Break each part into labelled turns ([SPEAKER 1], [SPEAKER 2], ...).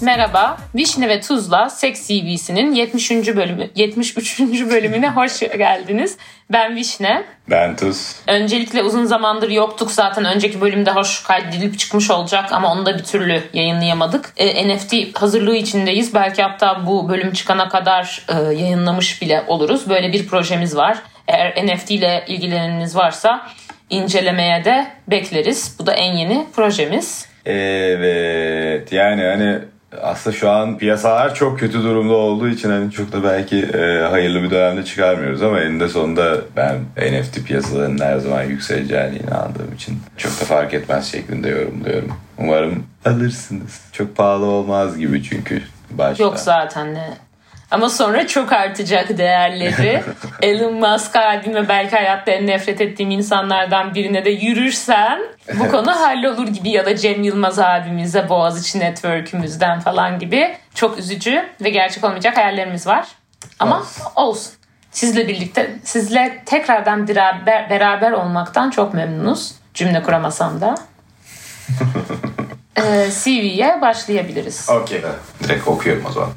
[SPEAKER 1] merhaba. Vişne ve Tuzla Seks CV'sinin 70. bölümü 73. bölümüne hoş geldiniz. Ben Vişne.
[SPEAKER 2] Ben Tuz.
[SPEAKER 1] Öncelikle uzun zamandır yoktuk zaten. Önceki bölümde hoş kaydedilip çıkmış olacak ama onu da bir türlü yayınlayamadık. E, NFT hazırlığı içindeyiz. Belki hatta bu bölüm çıkana kadar e, yayınlamış bile oluruz. Böyle bir projemiz var. Eğer NFT ile ilgileneniz varsa incelemeye de bekleriz. Bu da en yeni projemiz.
[SPEAKER 2] Evet yani hani aslında şu an piyasalar çok kötü durumda olduğu için hani çok da belki e, hayırlı bir dönemde çıkarmıyoruz ama eninde sonunda ben NFT piyasalarının her zaman yükseleceğine inandığım için çok da fark etmez şeklinde yorumluyorum. Umarım alırsınız. Çok pahalı olmaz gibi çünkü başta.
[SPEAKER 1] Yok zaten de. Ama sonra çok artacak değerleri. Elon Musk abim ve belki hayatta en nefret ettiğim insanlardan birine de yürürsen bu konu hallolur gibi ya da Cem Yılmaz abimize Boğaziçi Network'ümüzden falan gibi çok üzücü ve gerçek olmayacak hayallerimiz var. Ama olsun. Sizle birlikte, sizle tekrardan beraber, beraber olmaktan çok memnunuz. Cümle kuramasam da. Ee, CV'ye başlayabiliriz.
[SPEAKER 2] Okey. Direkt okuyorum o zaman.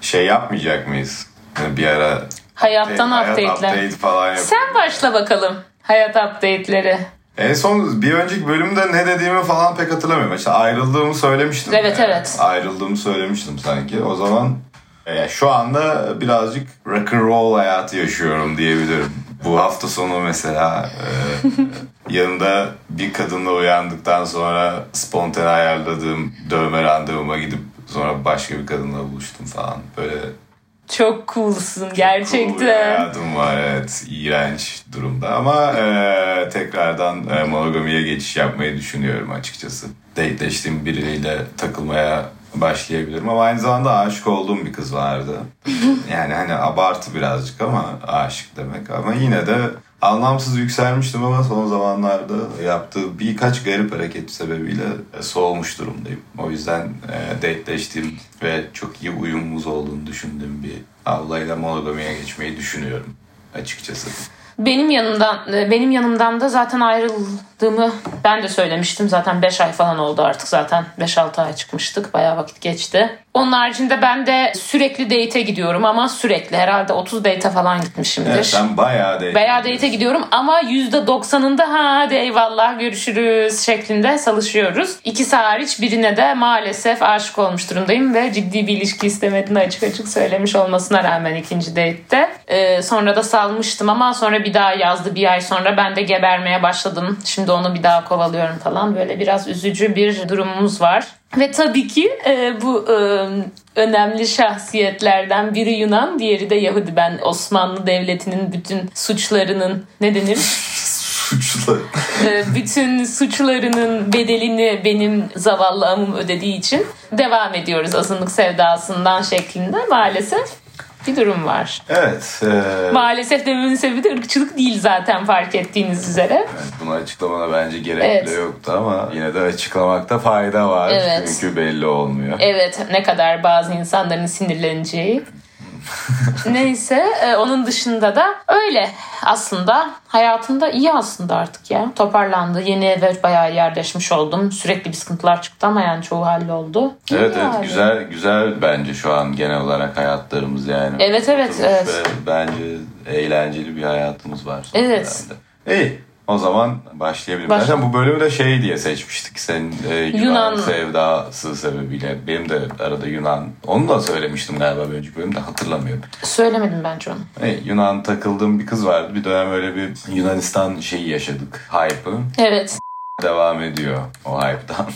[SPEAKER 2] Şey yapmayacak mıyız? Hani bir ara şey,
[SPEAKER 1] Hayattan
[SPEAKER 2] hayat
[SPEAKER 1] update'ler.
[SPEAKER 2] update falan yap.
[SPEAKER 1] Sen başla bakalım hayat update'leri.
[SPEAKER 2] En son bir önceki bölümde ne dediğimi falan pek hatırlamıyorum. İşte ayrıldığımı söylemiştim.
[SPEAKER 1] Evet, evet.
[SPEAKER 2] Ayrıldığımı söylemiştim sanki. O zaman e, şu anda birazcık rock and roll hayatı yaşıyorum diyebilirim. Bu hafta sonu mesela e, yanında bir kadınla uyandıktan sonra spontane ayarladığım dövme randevuma gidip sonra başka bir kadınla buluştum falan. Böyle
[SPEAKER 1] Çok coolsun
[SPEAKER 2] Cool bir
[SPEAKER 1] gerçekten.
[SPEAKER 2] hayatım var evet. iğrenç durumda ama e, tekrardan e, monogamiye geçiş yapmayı düşünüyorum açıkçası. Dateleştiğim biriyle takılmaya başlayabilirim ama aynı zamanda aşık olduğum bir kız vardı. Yani hani abartı birazcık ama aşık demek ama yine de anlamsız yükselmiştim ama son zamanlarda yaptığı birkaç garip hareket sebebiyle e, soğumuş durumdayım. O yüzden e, dateleştiğim ve çok iyi uyumumuz olduğunu düşündüğüm bir ablayla monogamiye geçmeyi düşünüyorum açıkçası.
[SPEAKER 1] Benim yanımdan e, benim yanımdan da zaten ayrıldığımı ben de söylemiştim. Zaten 5 ay falan oldu artık zaten. 5-6 ay çıkmıştık. Bayağı vakit geçti. Onun haricinde ben de sürekli date'e gidiyorum ama sürekli herhalde 30 date'e falan gitmişimdir.
[SPEAKER 2] Evet, sen bayağı date.
[SPEAKER 1] Veya date'e gidiyorum ama %90'ında ha hadi eyvallah görüşürüz şeklinde salışıyoruz. İkisi hariç birine de maalesef aşık olmuş durumdayım ve ciddi bir ilişki istemediğini açık açık söylemiş olmasına rağmen ikinci date'te. Ee, sonra da salmıştım ama sonra bir daha yazdı bir ay sonra ben de gebermeye başladım. Şimdi onu bir daha kovalıyorum falan böyle biraz üzücü bir durumumuz var. Ve tabii ki e, bu e, önemli şahsiyetlerden biri Yunan, diğeri de Yahudi. Ben Osmanlı Devleti'nin bütün suçlarının ne denir?
[SPEAKER 2] Suçlu.
[SPEAKER 1] E, bütün suçlarının bedelini benim zavallı amım ödediği için devam ediyoruz azınlık sevdasından şeklinde maalesef bir durum var.
[SPEAKER 2] Evet. e,
[SPEAKER 1] Maalesef dememin sebebi de ırkçılık değil zaten fark ettiğiniz üzere.
[SPEAKER 2] Evet, bunu açıklamana bence gerek
[SPEAKER 1] Evet.
[SPEAKER 2] bile yoktu ama yine de açıklamakta fayda var.
[SPEAKER 1] Evet.
[SPEAKER 2] Çünkü belli olmuyor.
[SPEAKER 1] Evet ne kadar bazı insanların sinirleneceği. Neyse e, onun dışında da öyle aslında hayatımda iyi aslında artık ya toparlandı yeni eve bayağı yerleşmiş oldum sürekli bir sıkıntılar çıktı ama yani çoğu halloldu. İyi
[SPEAKER 2] Evet
[SPEAKER 1] yani.
[SPEAKER 2] evet güzel güzel bence şu an genel olarak hayatlarımız yani.
[SPEAKER 1] Evet, evet,
[SPEAKER 2] Oturmuş
[SPEAKER 1] evet.
[SPEAKER 2] ve Bence eğlenceli bir hayatımız var. son
[SPEAKER 1] Evet.
[SPEAKER 2] dönemde. İyi. O zaman başlayabilirim.
[SPEAKER 1] Başla.
[SPEAKER 2] Zaten bu bölümü de şey diye seçmiştik. Senin e, Yunan,
[SPEAKER 1] Yunan-
[SPEAKER 2] sevdası sebebiyle. Benim de arada Yunan. Onu da söylemiştim galiba bir önceki bölümde hatırlamıyorum.
[SPEAKER 1] Söylemedim bence onu.
[SPEAKER 2] E, Yunan takıldığım bir kız vardı. Bir dönem öyle bir Yunanistan şeyi yaşadık. Hype'ı.
[SPEAKER 1] Evet
[SPEAKER 2] Devam ediyor o hype'dan.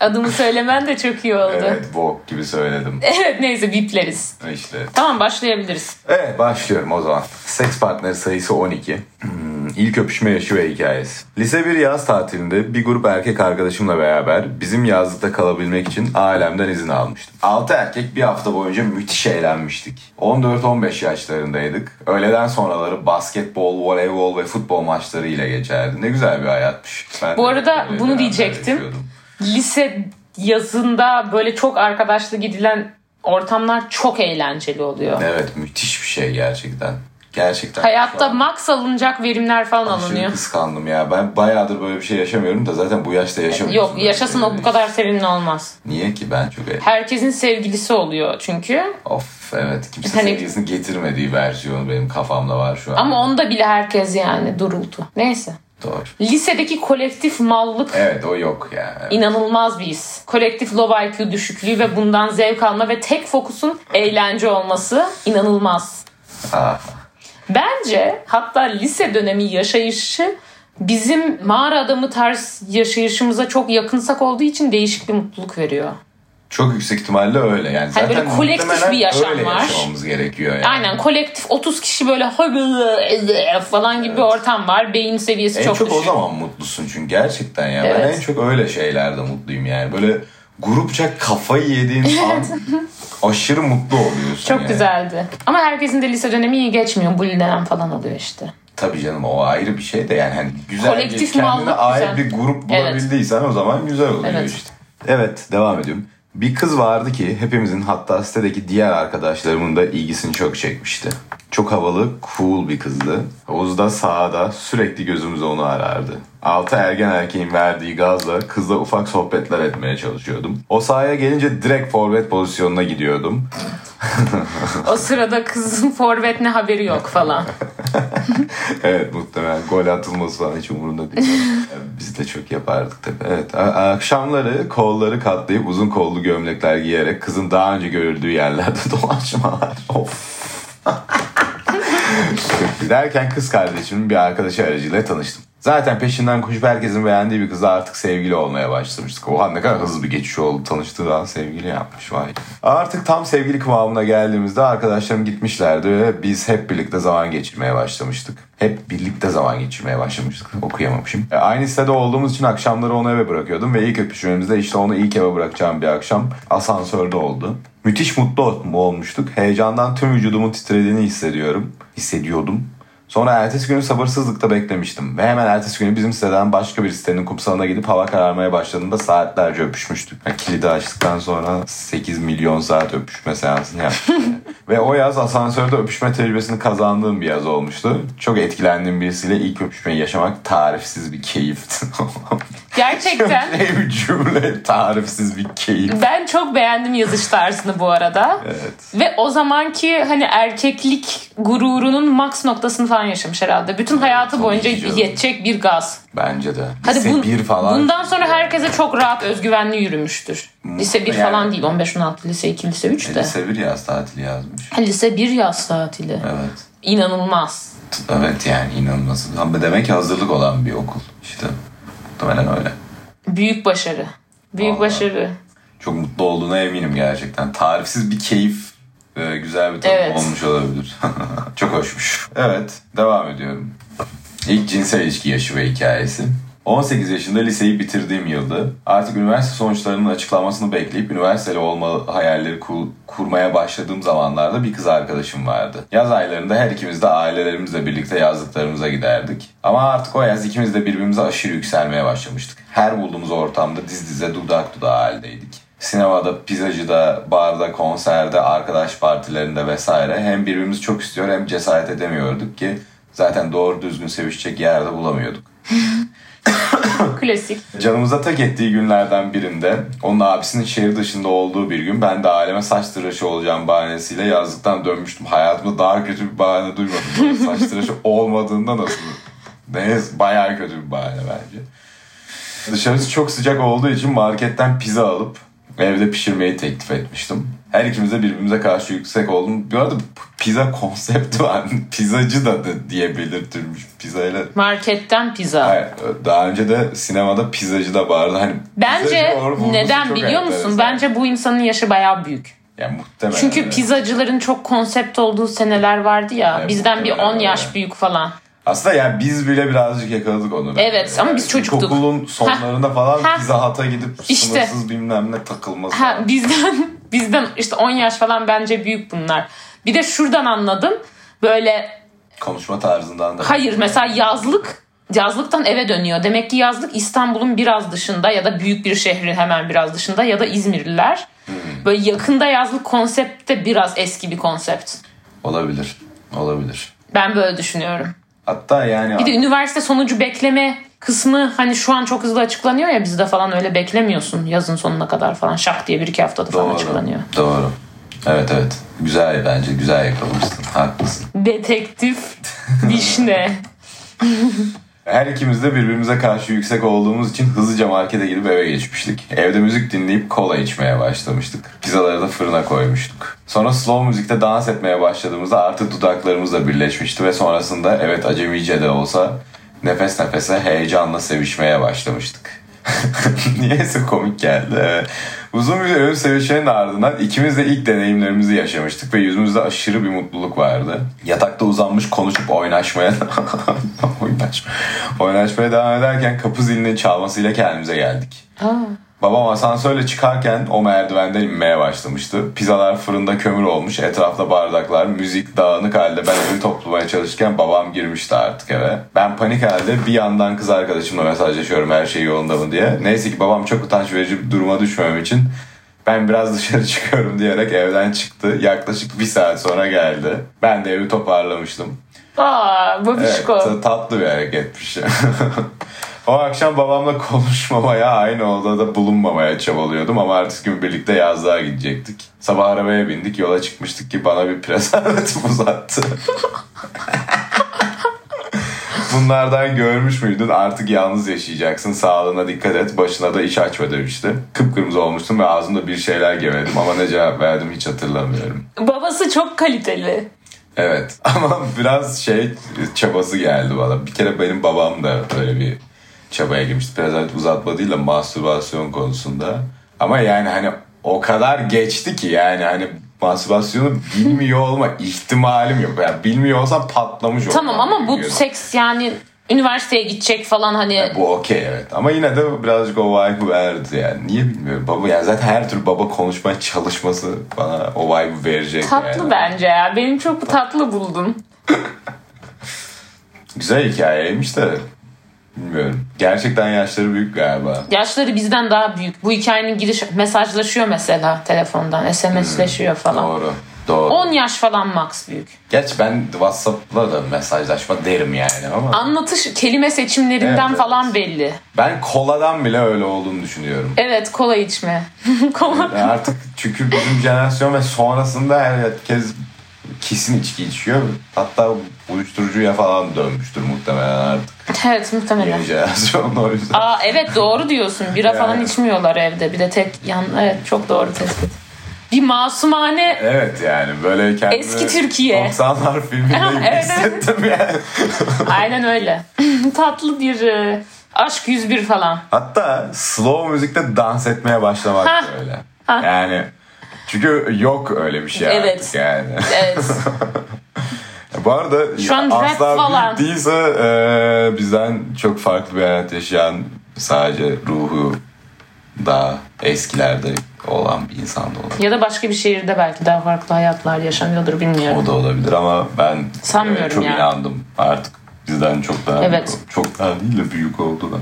[SPEAKER 1] adımı söylemen de çok iyi oldu. Evet, E-
[SPEAKER 2] evet bok gibi söyledim.
[SPEAKER 1] neyse bipleriz.
[SPEAKER 2] İşte
[SPEAKER 1] Tamam başlayabiliriz.
[SPEAKER 2] Evet başlıyorum o zaman. Seks partneri sayısı 12. Hmm, ilk öpüşme yaşı ve hikayesi. Lise bir yaz tatilinde bir grup erkek arkadaşımla beraber bizim yazlıkta kalabilmek için ailemden izin almıştım. 6 erkek bir hafta boyunca müthiş eğlenmiştik. 14-15 yaşlarındaydık. Öğleden sonraları basketbol, voleybol ve futbol maçları ile geçerdi. Ne güzel bir hayatmış. Ben
[SPEAKER 1] Bu
[SPEAKER 2] de
[SPEAKER 1] arada
[SPEAKER 2] böyle
[SPEAKER 1] bunu
[SPEAKER 2] dönemler
[SPEAKER 1] diyecektim.
[SPEAKER 2] yaşıyordum.
[SPEAKER 1] lise yazında böyle çok arkadaşla gidilen ortamlar çok eğlenceli oluyor.
[SPEAKER 2] Evet müthiş bir şey gerçekten. Gerçekten.
[SPEAKER 1] Hayatta
[SPEAKER 2] Falan.
[SPEAKER 1] max alınacak verimler falan
[SPEAKER 2] Aşırı
[SPEAKER 1] alınıyor.
[SPEAKER 2] kıskandım ya. Ben bayağıdır böyle bir şey yaşamıyorum da zaten bu yaşta yaşamıyorsun.
[SPEAKER 1] Yok yaşasın o bu
[SPEAKER 2] şey.
[SPEAKER 1] kadar sevimli olmaz.
[SPEAKER 2] Niye ki ben çok... e-
[SPEAKER 1] Herkesin sevgilisi oluyor çünkü.
[SPEAKER 2] Of evet kimse
[SPEAKER 1] Hani-
[SPEAKER 2] sevgilisini getirmediği versiyonu benim kafamda var şu an.
[SPEAKER 1] Ama onda bile herkes yani duruldu. Neyse.
[SPEAKER 2] Doğru.
[SPEAKER 1] Lisedeki kolektif mallık
[SPEAKER 2] Evet o yok ya. Evet.
[SPEAKER 1] inanılmaz bir his. Kolektif low IQ düşüklüğü ve bundan zevk alma ve tek fokusun eğlence olması inanılmaz.
[SPEAKER 2] Ah,
[SPEAKER 1] Bence hatta lise dönemi yaşayışı bizim mağara adamı tarz yaşayışımıza çok yakınsak olduğu için değişik bir mutluluk veriyor.
[SPEAKER 2] Çok yüksek ihtimalle öyle yani. Zaten
[SPEAKER 1] Hani böyle kolektif
[SPEAKER 2] muhtemelen
[SPEAKER 1] bir yaşam
[SPEAKER 2] öyle
[SPEAKER 1] var.
[SPEAKER 2] yaşamamız gerekiyor yani.
[SPEAKER 1] Aynen kolektif 30 kişi böyle falan gibi bir ortam var. Beyin seviyesi
[SPEAKER 2] En
[SPEAKER 1] çok,
[SPEAKER 2] çok,
[SPEAKER 1] düşük.
[SPEAKER 2] o zaman mutlusun çünkü gerçekten ya. Ben
[SPEAKER 1] Evet.
[SPEAKER 2] en çok öyle şeylerde mutluyum yani. Böyle grupça kafayı yediğin an aşırı mutlu oluyorsun
[SPEAKER 1] Çok
[SPEAKER 2] yani.
[SPEAKER 1] güzeldi. Ama herkesin de lise dönemi iyi geçmiyor. Bullilenen falan oluyor işte.
[SPEAKER 2] Tabii canım o ayrı bir şey de yani hani güzel
[SPEAKER 1] Kolektif
[SPEAKER 2] bir- kendine
[SPEAKER 1] mallık
[SPEAKER 2] ait
[SPEAKER 1] güzel.
[SPEAKER 2] bir grup
[SPEAKER 1] Evet.
[SPEAKER 2] bulabildiysen o zaman güzel oluyor
[SPEAKER 1] Evet.
[SPEAKER 2] işte. Evet devam ediyorum. Bir kız vardı ki hepimizin hatta sitedeki diğer arkadaşlarımın da ilgisini çok çekmişti. Çok havalı, cool bir kızdı. Havuzda sahada sürekli gözümüz onu arardı. Altı ergen erkeğin verdiği gazla kızla ufak sohbetler etmeye çalışıyordum. O sahaya gelince direkt forvet pozisyonuna gidiyordum.
[SPEAKER 1] O sırada kızın forvet ne haberi yok falan.
[SPEAKER 2] Evet muhtemelen gol atılması falan hiç umurunda değil. Yani Biz de çok yapardık tabii. Evet. a- Akşamları kolları katlayıp uzun kollu gömlekler giyerek kızın daha önce görüldüğü yerlerde dolaşmalar. Of. Giderken kız kardeşimin bir arkadaşı aracıyla tanıştım. Zaten peşinden koşup herkesin beğendiği bir kızla artık sevgili olmaya başlamıştık. Oha ne kadar hızlı bir geçiş oldu. Tanıştığı an sevgili yapmış vay. Artık tam sevgili kıvamına geldiğimizde arkadaşlarım gitmişlerdi ve biz hep birlikte zaman geçirmeye başlamıştık. Hep birlikte zaman geçirmeye başlamıştık. Okuyamamışım. E, aynı sitede olduğumuz için akşamları onu eve bırakıyordum ve ilk öpüşmemizde işte onu ilk eve bırakacağım bir akşam asansörde oldu. Müthiş mutlu ol- olmuştuk. Heyecandan tüm vücudumun titrediğini hissediyorum. Hissediyordum. Sonra ertesi günü sabırsızlıkla beklemiştim. Ve hemen ertesi günü bizim siteden başka bir sitenin kumsalına gidip hava kararmaya başladığında saatlerce öpüşmüştük. Yani kilidi açtıktan sonra 8 milyon saat öpüşme seansını yaptık. Ve o yaz asansörde öpüşme tecrübesini kazandığım bir yaz olmuştu. Çok etkilendiğim birisiyle ilk öpüşmeyi yaşamak tarifsiz bir keyifti.
[SPEAKER 1] Gerçekten
[SPEAKER 2] ne bir cümle tarifsiz bir keyif.
[SPEAKER 1] ben çok beğendim yazış tarzını bu arada.
[SPEAKER 2] Evet.
[SPEAKER 1] Ve o zamanki hani erkeklik gururunun max noktasını falan yaşamış herhalde. Bütün hayatı
[SPEAKER 2] tabii
[SPEAKER 1] boyunca
[SPEAKER 2] ki canım.
[SPEAKER 1] yetecek bir gaz.
[SPEAKER 2] Bence de.
[SPEAKER 1] Hadi
[SPEAKER 2] Lise
[SPEAKER 1] bun-
[SPEAKER 2] bir falan. Hmm,
[SPEAKER 1] Bundan sonra herkese çok rahat özgüvenli yürümüştür. Lise 1
[SPEAKER 2] Yani- E,
[SPEAKER 1] falan değil 15-16 lise 2 lise 3 de.
[SPEAKER 2] Lise bir yaz tatili yazmış.
[SPEAKER 1] Ha, Lise 1 yaz tatili.
[SPEAKER 2] Evet.
[SPEAKER 1] İnanılmaz.
[SPEAKER 2] Evet yani inanılmaz. Ama demek ki hazırlık olan bir okul. İşte muhtemelen öyle.
[SPEAKER 1] Büyük başarı. Büyük
[SPEAKER 2] Vallahi.
[SPEAKER 1] başarı.
[SPEAKER 2] Çok mutlu olduğuna eminim gerçekten. Tarifsiz bir keyif e, güzel bir tadım
[SPEAKER 1] Evet.
[SPEAKER 2] olmuş olabilir. Çok hoşmuş. Evet devam ediyorum. İlk cinsel ilişki yaşı ve hikayesi. 18 yaşında liseyi bitirdiğim yıldı. Artık üniversite sonuçlarının açıklanmasını bekleyip üniversiteli olma hayalleri ku- kurmaya başladığım zamanlarda bir kız arkadaşım vardı. Yaz aylarında her ikimiz de ailelerimizle birlikte yazlıklarımıza giderdik. Ama artık o yaz ikimiz de birbirimize aşırı yükselmeye başlamıştık. Her bulduğumuz ortamda diz dize dudak dudağı haldeydik. Sinemada, pizzacıda, barda, konserde, arkadaş partilerinde vesaire hem birbirimizi çok istiyor hem cesaret edemiyorduk ki zaten doğru düzgün sevişecek yerde bulamıyorduk.
[SPEAKER 1] Klasik.
[SPEAKER 2] Canımıza tak ettiği günlerden birinde onun abisinin şehir dışında olduğu bir gün ben de aileme saç tıraşı olacağım bahanesiyle yazlıktan dönmüştüm. Hayatımda daha kötü bir bahane duymadım. Böyle saç tıraşı olmadığında nasıl? Neyse bayağı kötü bir bahane bence. Dışarısı çok sıcak olduğu için marketten pizza alıp evde pişirmeyi teklif etmiştim. Her ikimiz de birbirimize karşı yüksek oldum. Bu arada pizza konsepti var. Pizzacı da diye belirtilmiş. Pizzayla
[SPEAKER 1] Marketten pizza.
[SPEAKER 2] Hayır, daha önce de sinemada pizzacı da vardı. Hani
[SPEAKER 1] Bence
[SPEAKER 2] pizzacı or- vurgusu
[SPEAKER 1] neden
[SPEAKER 2] çok
[SPEAKER 1] biliyor musun?
[SPEAKER 2] enteresan.
[SPEAKER 1] Bence bu insanın yaşı bayağı büyük.
[SPEAKER 2] yani muhtemelen.
[SPEAKER 1] Çünkü
[SPEAKER 2] evet.
[SPEAKER 1] pizzacıların çok konsept olduğu seneler vardı ya.
[SPEAKER 2] Evet,
[SPEAKER 1] bizden bir 10
[SPEAKER 2] muhtemelen
[SPEAKER 1] yaş
[SPEAKER 2] öyle.
[SPEAKER 1] büyük falan.
[SPEAKER 2] aslında yani biz bile birazcık yakaladık onu. bence.
[SPEAKER 1] Evet, ama biz çocuktuk.
[SPEAKER 2] İlkokulun sonlarında falan
[SPEAKER 1] ha.
[SPEAKER 2] pizza hata gidip
[SPEAKER 1] İşte.
[SPEAKER 2] sınırsız bilmem ne takılması.
[SPEAKER 1] Ha, bizden bizden işte 10 yaş falan bence büyük bunlar. Bir de şuradan anladım. Böyle
[SPEAKER 2] Konuşma tarzından da.
[SPEAKER 1] hayır mesela yazlık yazlıktan eve dönüyor. Demek ki yazlık İstanbul'un biraz dışında ya da büyük bir şehrin hemen biraz dışında ya da İzmirliler.
[SPEAKER 2] Hmm.
[SPEAKER 1] Böyle yakında yazlık konseptte biraz eski bir konsept.
[SPEAKER 2] Olabilir. Olabilir.
[SPEAKER 1] Ben böyle düşünüyorum.
[SPEAKER 2] Hatta yani
[SPEAKER 1] Bir de üniversite sonucu bekleme kısmı hani şu an çok hızlı açıklanıyor ya bizde falan öyle beklemiyorsun yazın sonuna kadar falan şak diye bir iki haftada falan açıklanıyor.
[SPEAKER 2] Doğru. Evet evet. Güzel bence. Güzel yakalamışsın. Haklısın.
[SPEAKER 1] Detektif Vişne.
[SPEAKER 2] Her ikimiz de birbirimize karşı yüksek olduğumuz için hızlıca markete girip eve geçmiştik. Evde müzik dinleyip kola içmeye başlamıştık. Pizzaları da fırına koymuştuk. Sonra slow müzikte dans etmeye başladığımızda artık dudaklarımızla birleşmişti ve sonrasında evet acemice de olsa nefes nefese heyecanla sevişmeye başlamıştık. Niyeyse komik geldi. Evet. Uzun bir ölüm sevişmenin ardından ikimiz de ilk deneyimlerimizi yaşamıştık ve yüzümüzde aşırı bir mutluluk vardı. Yatakta uzanmış konuşup oynaşmaya oynaşma. oynaşmaya devam ederken kapı zilinin çalmasıyla kendimize geldik.
[SPEAKER 1] Aa.
[SPEAKER 2] Babam asansörle çıkarken o merdivenden inmeye başlamıştı. Pizzalar fırında kömür olmuş, etrafta bardaklar, müzik dağınık halde ben evi toplamaya çalışırken babam girmişti artık eve. Ben panik halde bir yandan kız arkadaşımla mesajlaşıyorum her şey yolunda mı diye. Neyse ki babam çok utanç verici bir duruma düşmemem için ben biraz dışarı çıkıyorum diyerek evden çıktı. Yaklaşık bir saat sonra geldi. Ben de evi toparlamıştım.
[SPEAKER 1] Aa,
[SPEAKER 2] Evet,
[SPEAKER 1] babişko.
[SPEAKER 2] ta- tatlı bir hareketmiş. o akşam babamla konuşmamaya, aynı odada bulunmamaya çabalıyordum ama ertesi gün birlikte yazlığa gidecektik. Sabah arabaya bindik, yola çıkmıştık ki bana bir prezervatif uzattı. Bunlardan görmüş müydün? Artık yalnız yaşayacaksın. Sağlığına dikkat et. Başına da iş açma demişti. Kıpkırmızı olmuştum ve ağzımda bir şeyler gevedim ama ne cevap verdim hiç hatırlamıyorum.
[SPEAKER 1] Babası çok kaliteli.
[SPEAKER 2] Evet ama biraz şey çabası geldi bana. Bir kere benim babam da öyle bir çabaya girmişti. Biraz artık uzatma değil de mastürbasyon konusunda. Ama yani hani o kadar geçti ki yani hani mastürbasyonu bilmiyor olma ihtimalim yok. Yani bilmiyor olsam patlamış olurdum.
[SPEAKER 1] Tamam ama bu
[SPEAKER 2] Bilmiyorum.
[SPEAKER 1] seks yani üniversiteye gidecek falan hani
[SPEAKER 2] bu okey evet. Ama yine de birazcık o vibe verdi yani. Niye bilmiyorum. Baba yani zaten her tür baba konuşmaya çalışması bana o vibe verecek yani.
[SPEAKER 1] tatlı bence ya. Benim çok tatlı buldum.
[SPEAKER 2] Güzel hikayeymiş de bilmiyorum. Gerçekten yaşları büyük galiba.
[SPEAKER 1] Yaşları bizden daha büyük. Bu hikayenin giriş mesajlaşıyor mesela telefondan, SMS'leşiyor falan.
[SPEAKER 2] Hmm. Doğru. Doğru.
[SPEAKER 1] 10 yaş falan max büyük.
[SPEAKER 2] Geç ben WhatsApp'la da mesajlaşma derim yani ama
[SPEAKER 1] Anlatış kelime seçimlerinden
[SPEAKER 2] Evet, evet.
[SPEAKER 1] falan belli.
[SPEAKER 2] ben koladan bile öyle olduğunu düşünüyorum.
[SPEAKER 1] Evet, kola içme. kola.
[SPEAKER 2] Yani artık çünkü bizim jenerasyon ve sonrasında herkes kesin içki içiyor. Hatta uyuşturucuya falan dönmüştür muhtemelen artık.
[SPEAKER 1] Evet, muhtemelen.
[SPEAKER 2] Yeni jenerasyon o yüzden.
[SPEAKER 1] Aa evet doğru diyorsun. Bira falan içmiyorlar evde. Bir de tek yan evet çok doğru tespit. Bir masumane
[SPEAKER 2] Evet yani böyle kendimi
[SPEAKER 1] Eski Türkiye.
[SPEAKER 2] 90'lar filminde gibi
[SPEAKER 1] Evet, evet.
[SPEAKER 2] hissettim yani.
[SPEAKER 1] aynen öyle. Tatlı bir e, aşk 101 falan.
[SPEAKER 2] Hatta slow müzikte dans etmeye başlamak
[SPEAKER 1] Ha.
[SPEAKER 2] da öyle. Yani çünkü yok öyle bir şey
[SPEAKER 1] Evet.
[SPEAKER 2] artık yani.
[SPEAKER 1] Evet.
[SPEAKER 2] Bu arada
[SPEAKER 1] Şu an rap
[SPEAKER 2] asla
[SPEAKER 1] falan.
[SPEAKER 2] büyük değilse e, bizden çok farklı bir hayat yaşayan sadece ruhu daha eskilerde olan bir insan da olabilir.
[SPEAKER 1] ya da başka bir şehirde belki daha farklı hayatlar yaşanıyordur bilmiyorum.
[SPEAKER 2] O da olabilir ama ben
[SPEAKER 1] Sanmıyorum
[SPEAKER 2] e, çok
[SPEAKER 1] yani.
[SPEAKER 2] inandım artık bizden çok daha
[SPEAKER 1] Evet.
[SPEAKER 2] büyük- çok daha değil de büyük oldu da.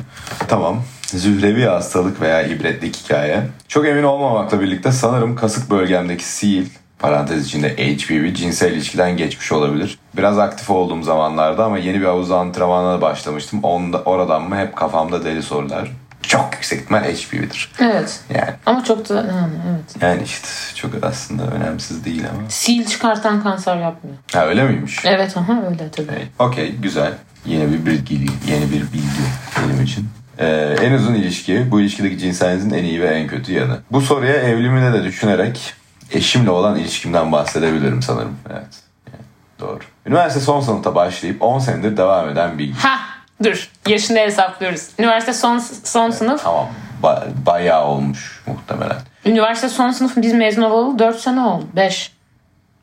[SPEAKER 2] Tamam. Zührevi hastalık veya ibretlik hikaye. Çok emin olmamakla birlikte sanırım kasık bölgemdeki sil parantez içinde HPV cinsel ilişkiden geçmiş olabilir. Biraz aktif olduğum zamanlarda ama yeni bir havuz antrenmanına başlamıştım. Onda, oradan mı hep kafamda deli sorular. Çok yüksek ihtimal HPV'dir.
[SPEAKER 1] Evet.
[SPEAKER 2] Yani,
[SPEAKER 1] Ama çok da yani evet.
[SPEAKER 2] yani işte çok aslında önemsiz değil ama.
[SPEAKER 1] Sil çıkartan kanser yapmıyor.
[SPEAKER 2] Ha öyle miymiş?
[SPEAKER 1] Evet aha öyle tabii.
[SPEAKER 2] Evet. Okey güzel. Yeni bir bilgi, yeni bir bilgi benim için. Ee, en uzun ilişki, bu ilişkideki cinselinizin en iyi ve en kötü yanı. Bu soruya evliliğimde de düşünerek eşimle olan ilişkimden bahsedebilirim sanırım. Evet. Evet, Doğru. Üniversite son sınıfta başlayıp 10 senedir devam eden bir ilişki.
[SPEAKER 1] Ha dur yaşını hesaplıyoruz. Üniversite son son sınıf.
[SPEAKER 2] Tamam. Ba- bayağı olmuş muhtemelen.
[SPEAKER 1] Üniversite son sınıf biz mezun olalı 4 sene oldu. 5.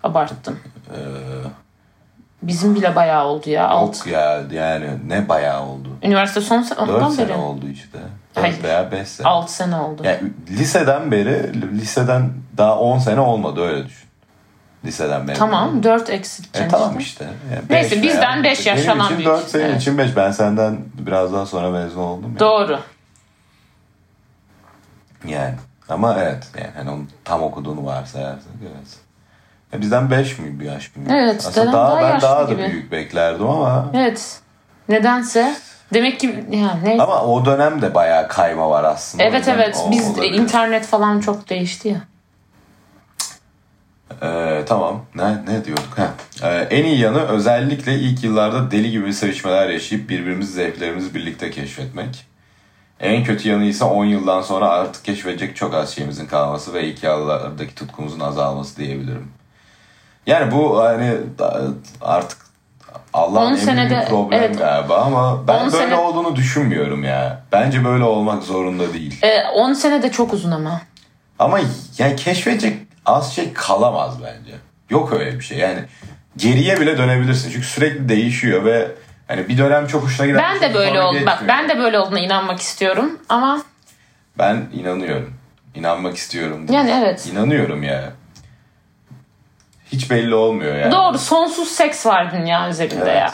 [SPEAKER 1] Abarttım. Ee, Bizim bile bayağı oldu ya. Altı.
[SPEAKER 2] Yok ya yani ne bayağı oldu.
[SPEAKER 1] Üniversite son sene
[SPEAKER 2] 4
[SPEAKER 1] ondan
[SPEAKER 2] sene
[SPEAKER 1] beri.
[SPEAKER 2] oldu işte.
[SPEAKER 1] Hayır.
[SPEAKER 2] 4 veya 5 sene.
[SPEAKER 1] 6 sene oldu.
[SPEAKER 2] Yani liseden beri, liseden daha 10 sene olmadı öyle düşün. Liseden beri.
[SPEAKER 1] Tamam 4 eksilteceğim.
[SPEAKER 2] E, tamam işte. Yani
[SPEAKER 1] Neyse,
[SPEAKER 2] beş
[SPEAKER 1] bizden
[SPEAKER 2] veya-
[SPEAKER 1] beş yaş
[SPEAKER 2] Benim
[SPEAKER 1] falan
[SPEAKER 2] için
[SPEAKER 1] büyük.
[SPEAKER 2] 4, senin
[SPEAKER 1] Evet.
[SPEAKER 2] için 5. Ben senden biraz daha sonra mezun oldum. ya.
[SPEAKER 1] Doğru.
[SPEAKER 2] Yani. Ama evet. Yani hani onu tam okuduğunu varsayarsak evet. E, Bizden 5 mi bir yaş büyük?
[SPEAKER 1] Evet,
[SPEAKER 2] Aslında
[SPEAKER 1] dedem
[SPEAKER 2] daha,
[SPEAKER 1] daha
[SPEAKER 2] ben
[SPEAKER 1] yaşlı
[SPEAKER 2] daha da
[SPEAKER 1] gibi.
[SPEAKER 2] büyük beklerdim ama.
[SPEAKER 1] Evet. Nedense. Demek ki yani neyse.
[SPEAKER 2] Ama o dönemde bayağı kayma var aslında. O
[SPEAKER 1] Evet
[SPEAKER 2] yüzden
[SPEAKER 1] evet
[SPEAKER 2] o
[SPEAKER 1] biz
[SPEAKER 2] olabilir.
[SPEAKER 1] internet falan çok değişti ya.
[SPEAKER 2] Ee, tamam. Ne ne diyorduk? Ha. Ee, en iyi yanı özellikle ilk yıllarda deli gibi sevişmeler yaşayıp birbirimizi zevklerimizi birlikte keşfetmek. En kötü yanı ise 10 yıldan sonra artık keşfedecek çok az şeyimizin kalması ve ilk yıllardaki tutkumuzun azalması diyebilirim. Yani bu hani da- artık
[SPEAKER 1] On
[SPEAKER 2] Allah'ın en
[SPEAKER 1] senede-
[SPEAKER 2] büyük problem
[SPEAKER 1] evet.
[SPEAKER 2] galiba ama ben
[SPEAKER 1] On
[SPEAKER 2] böyle
[SPEAKER 1] sene-
[SPEAKER 2] olduğunu düşünmüyorum ya. Bence böyle olmak zorunda değil.
[SPEAKER 1] Ee, 10 sene de çok uzun ama.
[SPEAKER 2] Ama yani keşfedecek az şey kalamaz bence. Yok öyle bir şey. Yani geriye bile dönebilirsin. Çünkü sürekli değişiyor ve hani bir dönem çok hoşuna giden bir
[SPEAKER 1] Ben
[SPEAKER 2] şey
[SPEAKER 1] de böyle
[SPEAKER 2] sonra
[SPEAKER 1] oldum. Bak
[SPEAKER 2] geçmiyor.
[SPEAKER 1] ben de böyle olduğuna inanmak istiyorum ama
[SPEAKER 2] ben inanıyorum. İnanmak istiyorum.
[SPEAKER 1] Yani evet.
[SPEAKER 2] İnanıyorum ya. Hiç belli olmuyor yani.
[SPEAKER 1] doğru sonsuz seks var dünya üzerinde
[SPEAKER 2] Evet.
[SPEAKER 1] ya.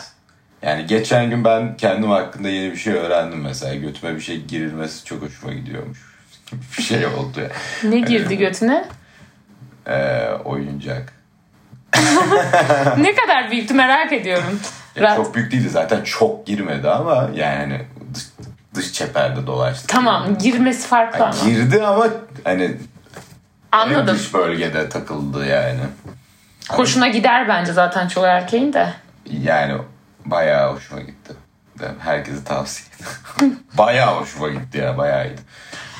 [SPEAKER 2] Yani geçen gün ben kendim hakkında yeni bir şey öğrendim mesela. Götüme bir şey girilmesi çok hoşuma gidiyormuş. bir şey oldu ya.
[SPEAKER 1] Ne girdi götüne?
[SPEAKER 2] Ee, oyuncak.
[SPEAKER 1] ne kadar büyüktü merak ediyorum.
[SPEAKER 2] Ya
[SPEAKER 1] Rahat.
[SPEAKER 2] E, Çok büyük değildi zaten çok girmedi ama yani dış, dış çeperde dolaştı.
[SPEAKER 1] Tamam girmesi farklı
[SPEAKER 2] Yani
[SPEAKER 1] ama.
[SPEAKER 2] girdi ama hani en
[SPEAKER 1] Anladım.
[SPEAKER 2] dış bölgede takıldı yani.
[SPEAKER 1] Hoşuna gider bence zaten çoğu erkeğin de.
[SPEAKER 2] Yani bayağı hoşuma gitti. Ben Herkese tavsiye ederim. bayağı hoşuma gitti ya bayağı iyiydi.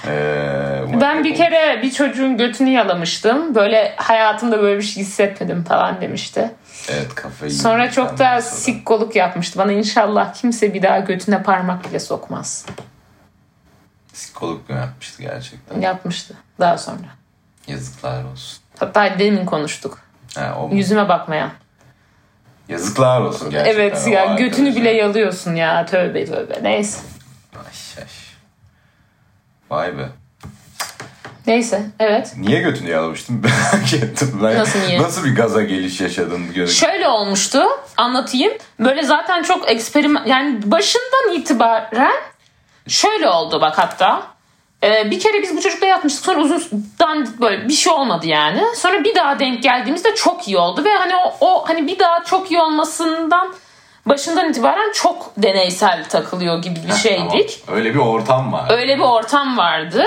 [SPEAKER 2] Ee, umarım-
[SPEAKER 1] Ben bir kere bir çocuğun götünü yalamıştım. Böyle hayatımda böyle bir şey hissetmedim falan demişti.
[SPEAKER 2] Evet kafayı
[SPEAKER 1] Sonra
[SPEAKER 2] yedim
[SPEAKER 1] çok
[SPEAKER 2] ondan
[SPEAKER 1] da
[SPEAKER 2] Hmm, sonra.
[SPEAKER 1] sikkoluk yapmıştı. Bana inşallah kimse bir daha götüne parmak bile sokmaz.
[SPEAKER 2] Psikolog mu yapmıştı gerçekten?
[SPEAKER 1] Yapmıştı daha sonra.
[SPEAKER 2] Yazıklar olsun.
[SPEAKER 1] Hatta demin konuştuk.
[SPEAKER 2] Ha, o mu?
[SPEAKER 1] Yüzüme bakmayan.
[SPEAKER 2] Yazıklar olsun gerçekten.
[SPEAKER 1] Evet
[SPEAKER 2] o
[SPEAKER 1] ya
[SPEAKER 2] arkadaşa.
[SPEAKER 1] götünü bile yalıyorsun ya. Tövbe tövbe. Neyse.
[SPEAKER 2] Ay, ay. Vay be.
[SPEAKER 1] Neyse. Evet.
[SPEAKER 2] Niye götünü yalamıştın merak ettim. Ben
[SPEAKER 1] Nasıl niye?
[SPEAKER 2] Nasıl bir gaza geliş yaşadın? Gö-
[SPEAKER 1] Şöyle olmuştu anlatayım. Böyle zaten çok eksperiment yani başından itibaren şöyle oldu bak hatta. Ee, bir kere biz bu çocukla yatmıştık sonra uzun dandik böyle bir şey olmadı yani. Sonra bir daha denk geldiğimizde çok iyi oldu ve hani o, o hani bir daha çok iyi olmasından başından itibaren çok deneysel takılıyor gibi bir şeydik.
[SPEAKER 2] Tamam. Öyle bir ortam var.
[SPEAKER 1] Öyle bir ortam vardı.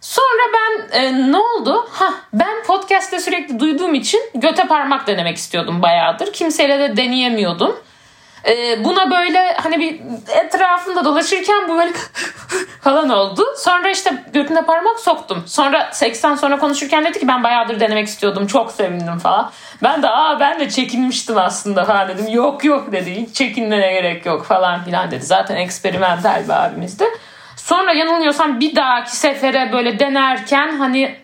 [SPEAKER 1] Sonra ben e, ne oldu? Ha ben podcast'te sürekli duyduğum için göte parmak denemek istiyordum bayağıdır. Kimseyle de deneyemiyordum. E, buna böyle hani bir etrafında dolaşırken bu böyle falan oldu. Sonra işte götüne parmak soktum. Sonra 80 sonra konuşurken dedi ki ben bayağıdır denemek istiyordum. Çok sevindim falan. Ben de aa ben de çekinmiştim aslında falan dedim. Yok yok dedi. Hiç çekinmene gerek yok falan filan dedi. Zaten eksperimental bir abimizdi. Sonra yanılmıyorsam bir dahaki sefere böyle denerken hani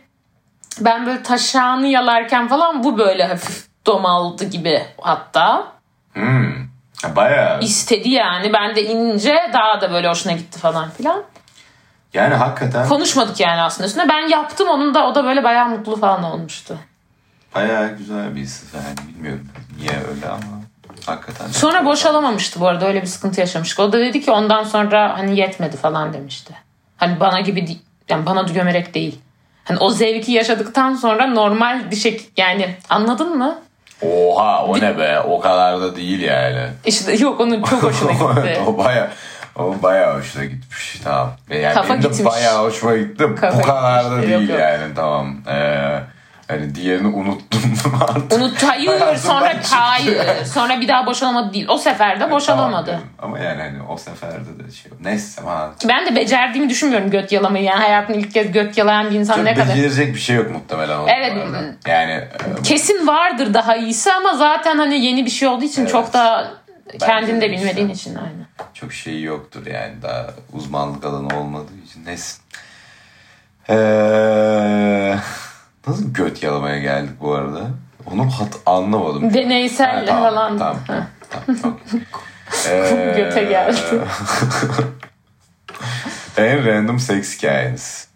[SPEAKER 1] ben böyle taşağını yalarken falan bu böyle hafif domaldı gibi hatta.
[SPEAKER 2] Hmm. Bayağı.
[SPEAKER 1] istedi yani. Ben de inince daha da böyle hoşuna gitti falan filan.
[SPEAKER 2] Yani hakikaten
[SPEAKER 1] Konuşmadık yani aslında üstüne. Ben yaptım onun da o da böyle bayağı mutlu falan olmuştu.
[SPEAKER 2] bayağı güzel bir his. Yani bilmiyorum niye öyle ama hakikaten.
[SPEAKER 1] Sonra boşalamamıştı bu arada öyle bir sıkıntı yaşamıştık. O da dedi ki ondan sonra hani yetmedi falan demişti. Hani bana gibi değil- yani bana gömerek değil. Hani o zevki yaşadıktan sonra normal bir şey yani anladın mı?
[SPEAKER 2] Oha o ne be o kadar da değil yani.
[SPEAKER 1] İşte yok onun çok hoşuna gitti.
[SPEAKER 2] o baya o bayağı hoşuna gitmiş tamam. E Yani
[SPEAKER 1] Kafa
[SPEAKER 2] benim de
[SPEAKER 1] gitmiş.
[SPEAKER 2] bayağı hoşuma gitti.
[SPEAKER 1] Kafa
[SPEAKER 2] Bu kadar da
[SPEAKER 1] gitmiş. Yok,
[SPEAKER 2] değil
[SPEAKER 1] yok.
[SPEAKER 2] yani tamam. Ee, hani diğerini unuttum artık.
[SPEAKER 1] Unut hayır
[SPEAKER 2] Hayatımdan
[SPEAKER 1] sonra
[SPEAKER 2] çıktı. E,
[SPEAKER 1] hayır sonra bir daha boşalamadı değil. O sefer de boşalamadı.
[SPEAKER 2] Tamam, ama yani hani o seferde de şey neyse ama
[SPEAKER 1] Ben de becerdiğimi düşünmüyorum göt yalamayı. Yani hayatımda ilk kez göt yalayan bir insan
[SPEAKER 2] Çok
[SPEAKER 1] ne kadar.
[SPEAKER 2] becerecek bir şey yok muhtemelen. onun
[SPEAKER 1] Evet.
[SPEAKER 2] bu arada. Yani e,
[SPEAKER 1] Kesin vardır daha iyisi ama zaten hani yeni bir şey olduğu için
[SPEAKER 2] Evet.
[SPEAKER 1] çok da kendin
[SPEAKER 2] Bence
[SPEAKER 1] de
[SPEAKER 2] de
[SPEAKER 1] bilmediğin
[SPEAKER 2] işte.
[SPEAKER 1] için aynı.
[SPEAKER 2] çok şeyi yoktur yani daha uzmanlık alanı olmadığı için neyse. Ee, nasıl göt yalamaya geldik bu arada? Onu hat anlamadım.
[SPEAKER 1] Deneysel
[SPEAKER 2] Ha, tamam,
[SPEAKER 1] falan.
[SPEAKER 2] Tamam tamam. tamam okey. Ee,
[SPEAKER 1] Göte geldi.
[SPEAKER 2] en random seks hikayeniz.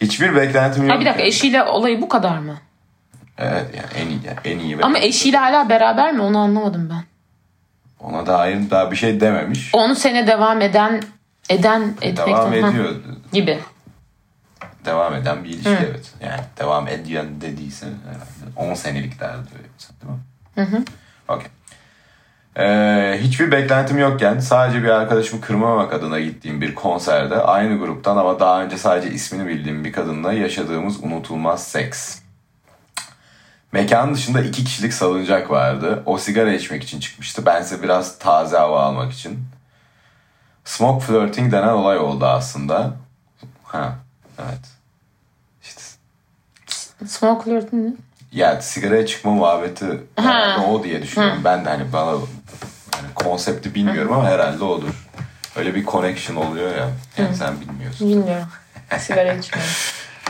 [SPEAKER 2] Hiçbir beklentim yok.
[SPEAKER 1] Ha bir dakika eşiyle olayı bu kadar mı?
[SPEAKER 2] Evet yani en iyi. yani en iyi
[SPEAKER 1] Ama e-
[SPEAKER 2] beklentim.
[SPEAKER 1] eşiyle hala beraber mi onu anlamadım ben.
[SPEAKER 2] Ona dair daha bir şey dememiş.
[SPEAKER 1] 10 sene devam eden eden etmekten
[SPEAKER 2] Devam
[SPEAKER 1] ha,
[SPEAKER 2] ediyor.
[SPEAKER 1] gibi.
[SPEAKER 2] devam eden bir ilişki evet. Yani devam ediyor dediyse herhalde 10 senelik derdi diyor yoksa, değil mi? Hı hı. Okey. Ee, hiçbir beklentim yokken sadece bir arkadaşımı kırmamak adına gittiğim bir konserde aynı gruptan ama daha önce sadece ismini bildiğim bir kadınla yaşadığımız unutulmaz seks. Mekanın dışında iki kişilik salıncak vardı. O sigara içmek için çıkmıştı. Bense biraz taze hava almak için. Smoke flirting denen olay oldu aslında. Ha, evet. İşte
[SPEAKER 1] Smoke flirting ne?
[SPEAKER 2] ya sigaraya çıkma muhabbeti herhalde o diye düşünüyorum. Ben de hani bana yani konsepti bilmiyorum ama herhalde odur. Öyle bir connection oluyor ya. Yani sen bilmiyorsun.
[SPEAKER 1] Bilmiyorum. Sigara içmiyorum.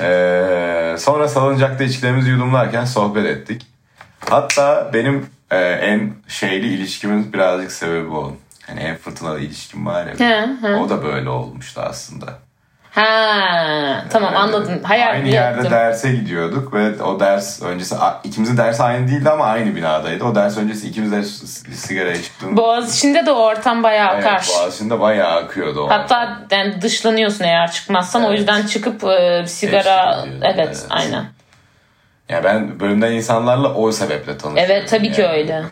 [SPEAKER 2] Ee, sonra salıncakta içkilerimizi yudumlarken sohbet ettik. Hatta benim e, en şeyli ilişkimiz birazcık sebebi o. Hani en fırtınalı ilişkim var ya.
[SPEAKER 1] Hı, hı.
[SPEAKER 2] O da böyle olmuştu aslında.
[SPEAKER 1] Ha, tamam anladım. Hayal
[SPEAKER 2] Aynı
[SPEAKER 1] bile
[SPEAKER 2] yerde
[SPEAKER 1] ettim.
[SPEAKER 2] derse gidiyorduk ve o ders öncesi a- ikimizin dersi aynı değildi ama aynı binadaydı. O ders öncesi ikimiz de s- sigaraya çıktığımız
[SPEAKER 1] Boğaz içinde de o ortam bayağı
[SPEAKER 2] evet,
[SPEAKER 1] akar.
[SPEAKER 2] boğazında bayağı akıyordu. o an.
[SPEAKER 1] Hatta yani dışlanıyorsun eğer çıkmazsan. O
[SPEAKER 2] Evet.
[SPEAKER 1] yüzden çıkıp e, sigara...
[SPEAKER 2] Eşlik ediyordu,
[SPEAKER 1] Evet,
[SPEAKER 2] evet.
[SPEAKER 1] aynen.
[SPEAKER 2] Ya ben bölümden insanlarla o sebeple tanıştım.
[SPEAKER 1] Evet tabii ki öyle.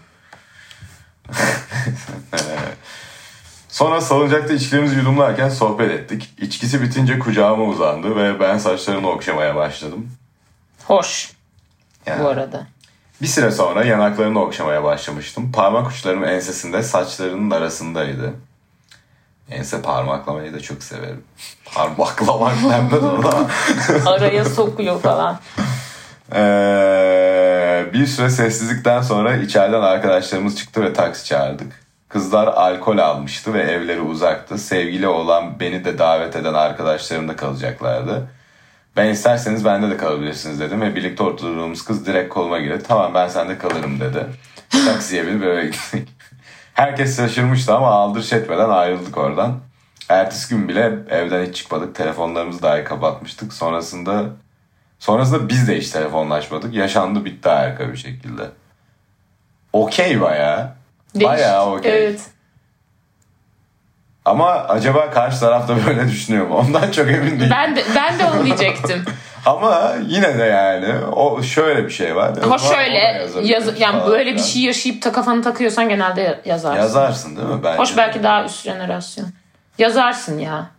[SPEAKER 2] Sonra salıncakta içkilerimizi yudumlarken sohbet ettik. İçkisi bitince kucağıma uzandı ve ben saçlarını okşamaya başladım.
[SPEAKER 1] Hoş
[SPEAKER 2] Yani
[SPEAKER 1] bu arada.
[SPEAKER 2] Bir süre sonra yanaklarını okşamaya başlamıştım. Parmak uçlarım ensesinde saçlarının arasındaydı. Ense parmaklamayı da çok severim. Parmaklamak denmez ona ama.
[SPEAKER 1] Araya sokuyor falan.
[SPEAKER 2] Ee, bir süre sessizlikten sonra içeriden arkadaşlarımız çıktı ve taksi çağırdık. Kızlar alkol almıştı ve evleri uzaktı. Sevgili olan beni de davet eden arkadaşlarım da kalacaklardı. Ben isterseniz bende de kalabilirsiniz dedim ve birlikte oturduğumuz kız direkt koluma girdi. Tamam ben sende kalırım dedi. Taksiye binip eve gittik. Herkes şaşırmıştı ama aldırış etmeden ayrıldık oradan. Ertesi gün bile evden hiç çıkmadık. Telefonlarımızı dahi kapatmıştık. Sonrasında Sonrasında biz de hiç telefonlaşmadık. Yaşandı bitti harika bir şekilde. Okey bayağı. Bayağı okey.
[SPEAKER 1] Evet.
[SPEAKER 2] Ama acaba karşı taraf da böyle düşünüyor mu? Ondan çok emin değilim.
[SPEAKER 1] Ben de, ben de onu diyecektim.
[SPEAKER 2] Ama yine de yani o şöyle bir şey var.
[SPEAKER 1] Ama
[SPEAKER 2] O zaman
[SPEAKER 1] şöyle
[SPEAKER 2] ona yazabilir
[SPEAKER 1] yaz, yani
[SPEAKER 2] falan
[SPEAKER 1] böyle bir
[SPEAKER 2] filan.
[SPEAKER 1] şey yaşayıp ta kafanı takıyorsan genelde ya- yazarsın.
[SPEAKER 2] Yazarsın değil mi? Bence
[SPEAKER 1] Hoş belki daha üst jenerasyon. Yazarsın ya.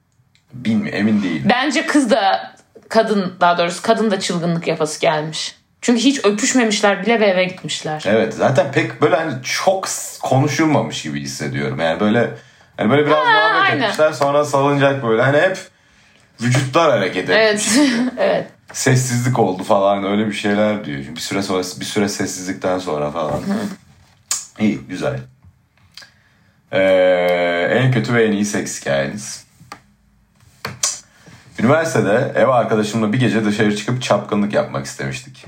[SPEAKER 2] Bilmiyorum emin değilim.
[SPEAKER 1] Bence kız da kadın daha doğrusu kadın da çılgınlık yapası gelmiş. Çünkü hiç öpüşmemişler bile ve eve gitmişler.
[SPEAKER 2] Evet zaten pek böyle hani çok s- konuşulmamış gibi hissediyorum. Yani böyle hani böyle biraz muhabbet
[SPEAKER 1] aynen.
[SPEAKER 2] etmişler sonra salınacak böyle. Hani hep vücutlar hareket etmiş.
[SPEAKER 1] Evet. evet.
[SPEAKER 2] sessizlik oldu falan öyle bir şeyler diyor. Çünkü bir süre sonra bir süre sessizlikten sonra falan. iyi güzel. Ee, en kötü ve en iyi seks hikayeniz. Üniversitede ev arkadaşımla bir gece dışarı çıkıp çapkınlık yapmak istemiştik.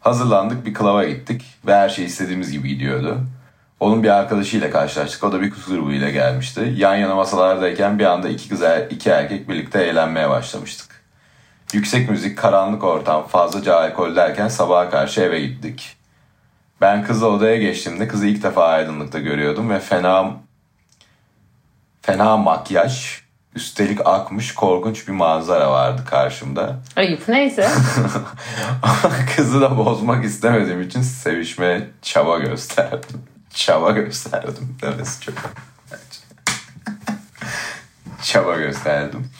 [SPEAKER 2] Hazırlandık bir klava gittik ve her şey istediğimiz gibi gidiyordu. Onun bir arkadaşıyla karşılaştık. O da bir kız grubuyla gelmişti. Yan yana masalardayken bir anda iki kız er- iki erkek birlikte eğlenmeye başlamıştık. Yüksek müzik, karanlık ortam, fazlaca alkol derken sabaha karşı eve gittik. Ben kızla odaya geçtiğimde kızı ilk defa aydınlıkta görüyordum ve fena fena makyaj, üstelik akmış korkunç bir manzara vardı karşımda.
[SPEAKER 1] Ayıp neyse.
[SPEAKER 2] Ama kızı da bozmak istemediğim için sevişmeye çaba gösterdim. Çaba gösterdim demesi çok. çaba gösterdim.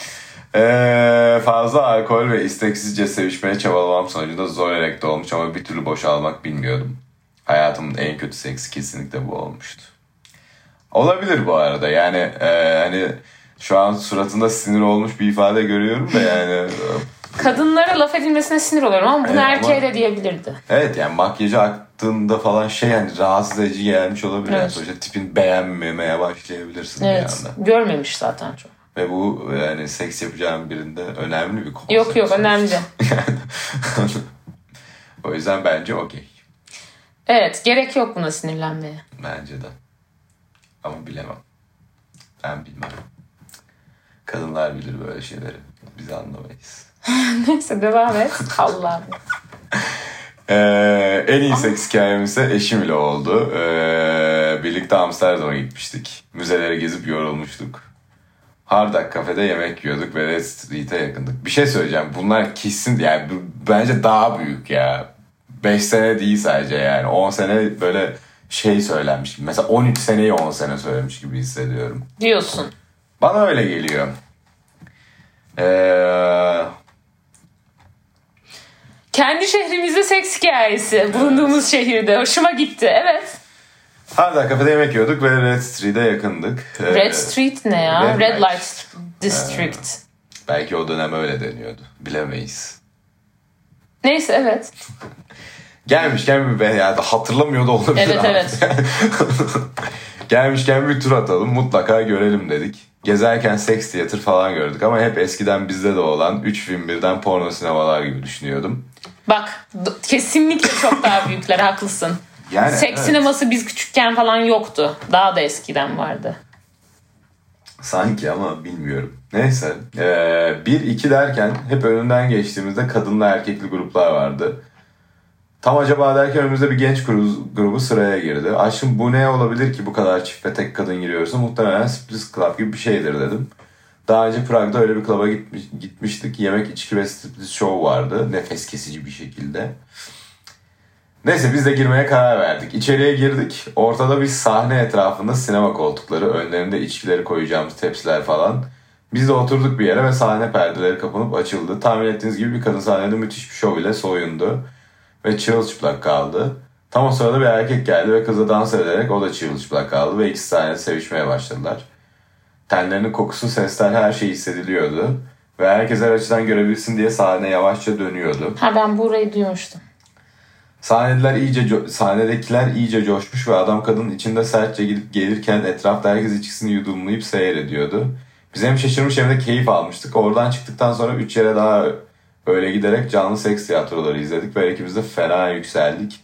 [SPEAKER 2] Ee, fazla alkol ve isteksizce sevişmeye çabalamam sonucunda zor erekte olmuş ama bir türlü boşalmak bilmiyordum. Hayatımın en kötü seksi kesinlikle bu olmuştu. Olabilir bu arada yani e, hani şu an suratında sinir olmuş bir ifade görüyorum da yani e,
[SPEAKER 1] Kadınlara laf edilmesine sinir oluyorum ama bunu
[SPEAKER 2] Evet, ama-
[SPEAKER 1] erkeğe de diyebilirdi.
[SPEAKER 2] Evet yani makyajı aktığında falan şey yani rahatsız edici gelmiş olabilir. Yani
[SPEAKER 1] Evet.
[SPEAKER 2] sonuçta tipin beğenmemeye başlayabilirsin
[SPEAKER 1] Evet.
[SPEAKER 2] bir anda.
[SPEAKER 1] Görmemiş zaten çok.
[SPEAKER 2] Ve bu yani seks yapacağın birinde önemli bir konsept.
[SPEAKER 1] Yok yok
[SPEAKER 2] sonuçta.
[SPEAKER 1] önemli.
[SPEAKER 2] o yüzden bence okey.
[SPEAKER 1] Evet gerek yok buna sinirlenmeye.
[SPEAKER 2] Bence de. Ama bilemem. Ben bilmem. Kadınlar bilir böyle şeyleri. Biz anlamayız.
[SPEAKER 1] Neyse devam et. Allah'ım.
[SPEAKER 2] Ee, en iyi seks hikayemiz de eşim ile oldu. Ee, birlikte Amsterdam'a gitmiştik. Müzelere gezip yorulmuştuk. Hardak kafede yemek yiyorduk ve Red Street'e yakındık. Bir şey söyleyeceğim. Bunlar kesin yani bu- bence daha büyük ya. 5 sene değil sadece yani. 10 sene böyle şey söylenmiş gibi. Mesela 13 seneyi 10 sene söylemiş gibi hissediyorum.
[SPEAKER 1] diyorsun.
[SPEAKER 2] Bana öyle geliyor. Ee,
[SPEAKER 1] Kendi şehrimizde seks hikayesi. Bulunduğumuz şehirde. Hoşuma gitti. Evet.
[SPEAKER 2] Hardak kafede yemek yiyorduk ve Red Street'e yakındık. Ee,
[SPEAKER 1] Red Street ne ya?
[SPEAKER 2] Red
[SPEAKER 1] Red,
[SPEAKER 2] Light.
[SPEAKER 1] Light District.
[SPEAKER 2] Belki o dönem öyle deniyordu. Bilemeyiz.
[SPEAKER 1] Neyse evet.
[SPEAKER 2] Gelmişken bir ben yani hatırlamıyor da olabilir.
[SPEAKER 1] Evet,
[SPEAKER 2] abi.
[SPEAKER 1] evet.
[SPEAKER 2] Gelmişken bir tur atalım mutlaka görelim dedik. Gezerken seks tiyatır falan gördük ama hep eskiden bizde de olan 3 film birden porno sinemalar gibi düşünüyordum.
[SPEAKER 1] Bak d- kesinlikle çok daha büyükler haklısın.
[SPEAKER 2] Yani
[SPEAKER 1] Seks
[SPEAKER 2] evet,
[SPEAKER 1] sineması biz küçükken falan yoktu. Daha da eskiden vardı.
[SPEAKER 2] sanki ama bilmiyorum. Neyse 1-2 derken hep önünden geçtiğimizde kadınla erkekli gruplar vardı. Tam acaba derken önümüzde bir genç grubu, grubu sıraya girdi. Aşkım bu ne olabilir ki bu kadar çift ve tek kadın giriyorsa muhtemelen Split Club gibi bir şeydir dedim. Daha önce Prag'da öyle bir klaba gitmiş, gitmiştik. Yemek, içki ve striptiz show vardı. Nefes kesici bir şekilde. Neyse biz de girmeye karar verdik. İçeriye girdik. Ortada bir sahne etrafında sinema koltukları, önlerinde içkileri koyacağımız tepsiler falan. Biz de oturduk bir yere ve sahne perdeleri kapanıp açıldı. Tahmin ettiğiniz gibi bir kadın sahnede müthiş bir şov ile soyundu ve çırılçıplak kaldı. Tam o sırada bir erkek geldi ve kıza dans ederek o da çırılçıplak kaldı ve ikisi sahnede sevişmeye başladılar. Tenlerinin kokusu, sesler her şey hissediliyordu ve herkes her açıdan görebilsin diye sahne yavaşça dönüyordu.
[SPEAKER 1] Ha ben burayı duymuştum.
[SPEAKER 2] Sahnedekiler iyice co- sahnedekiler iyice coşmuş ve adam kadın içinde sertçe gidip gelirken etrafta herkes içkisini yudumlayıp seyrediyordu. Biz hem şaşırmış hem de keyif almıştık. Oradan çıktıktan sonra 3 yere daha öyle giderek canlı seks tiyatroları izledik ve ikimiz de fena yükseldik.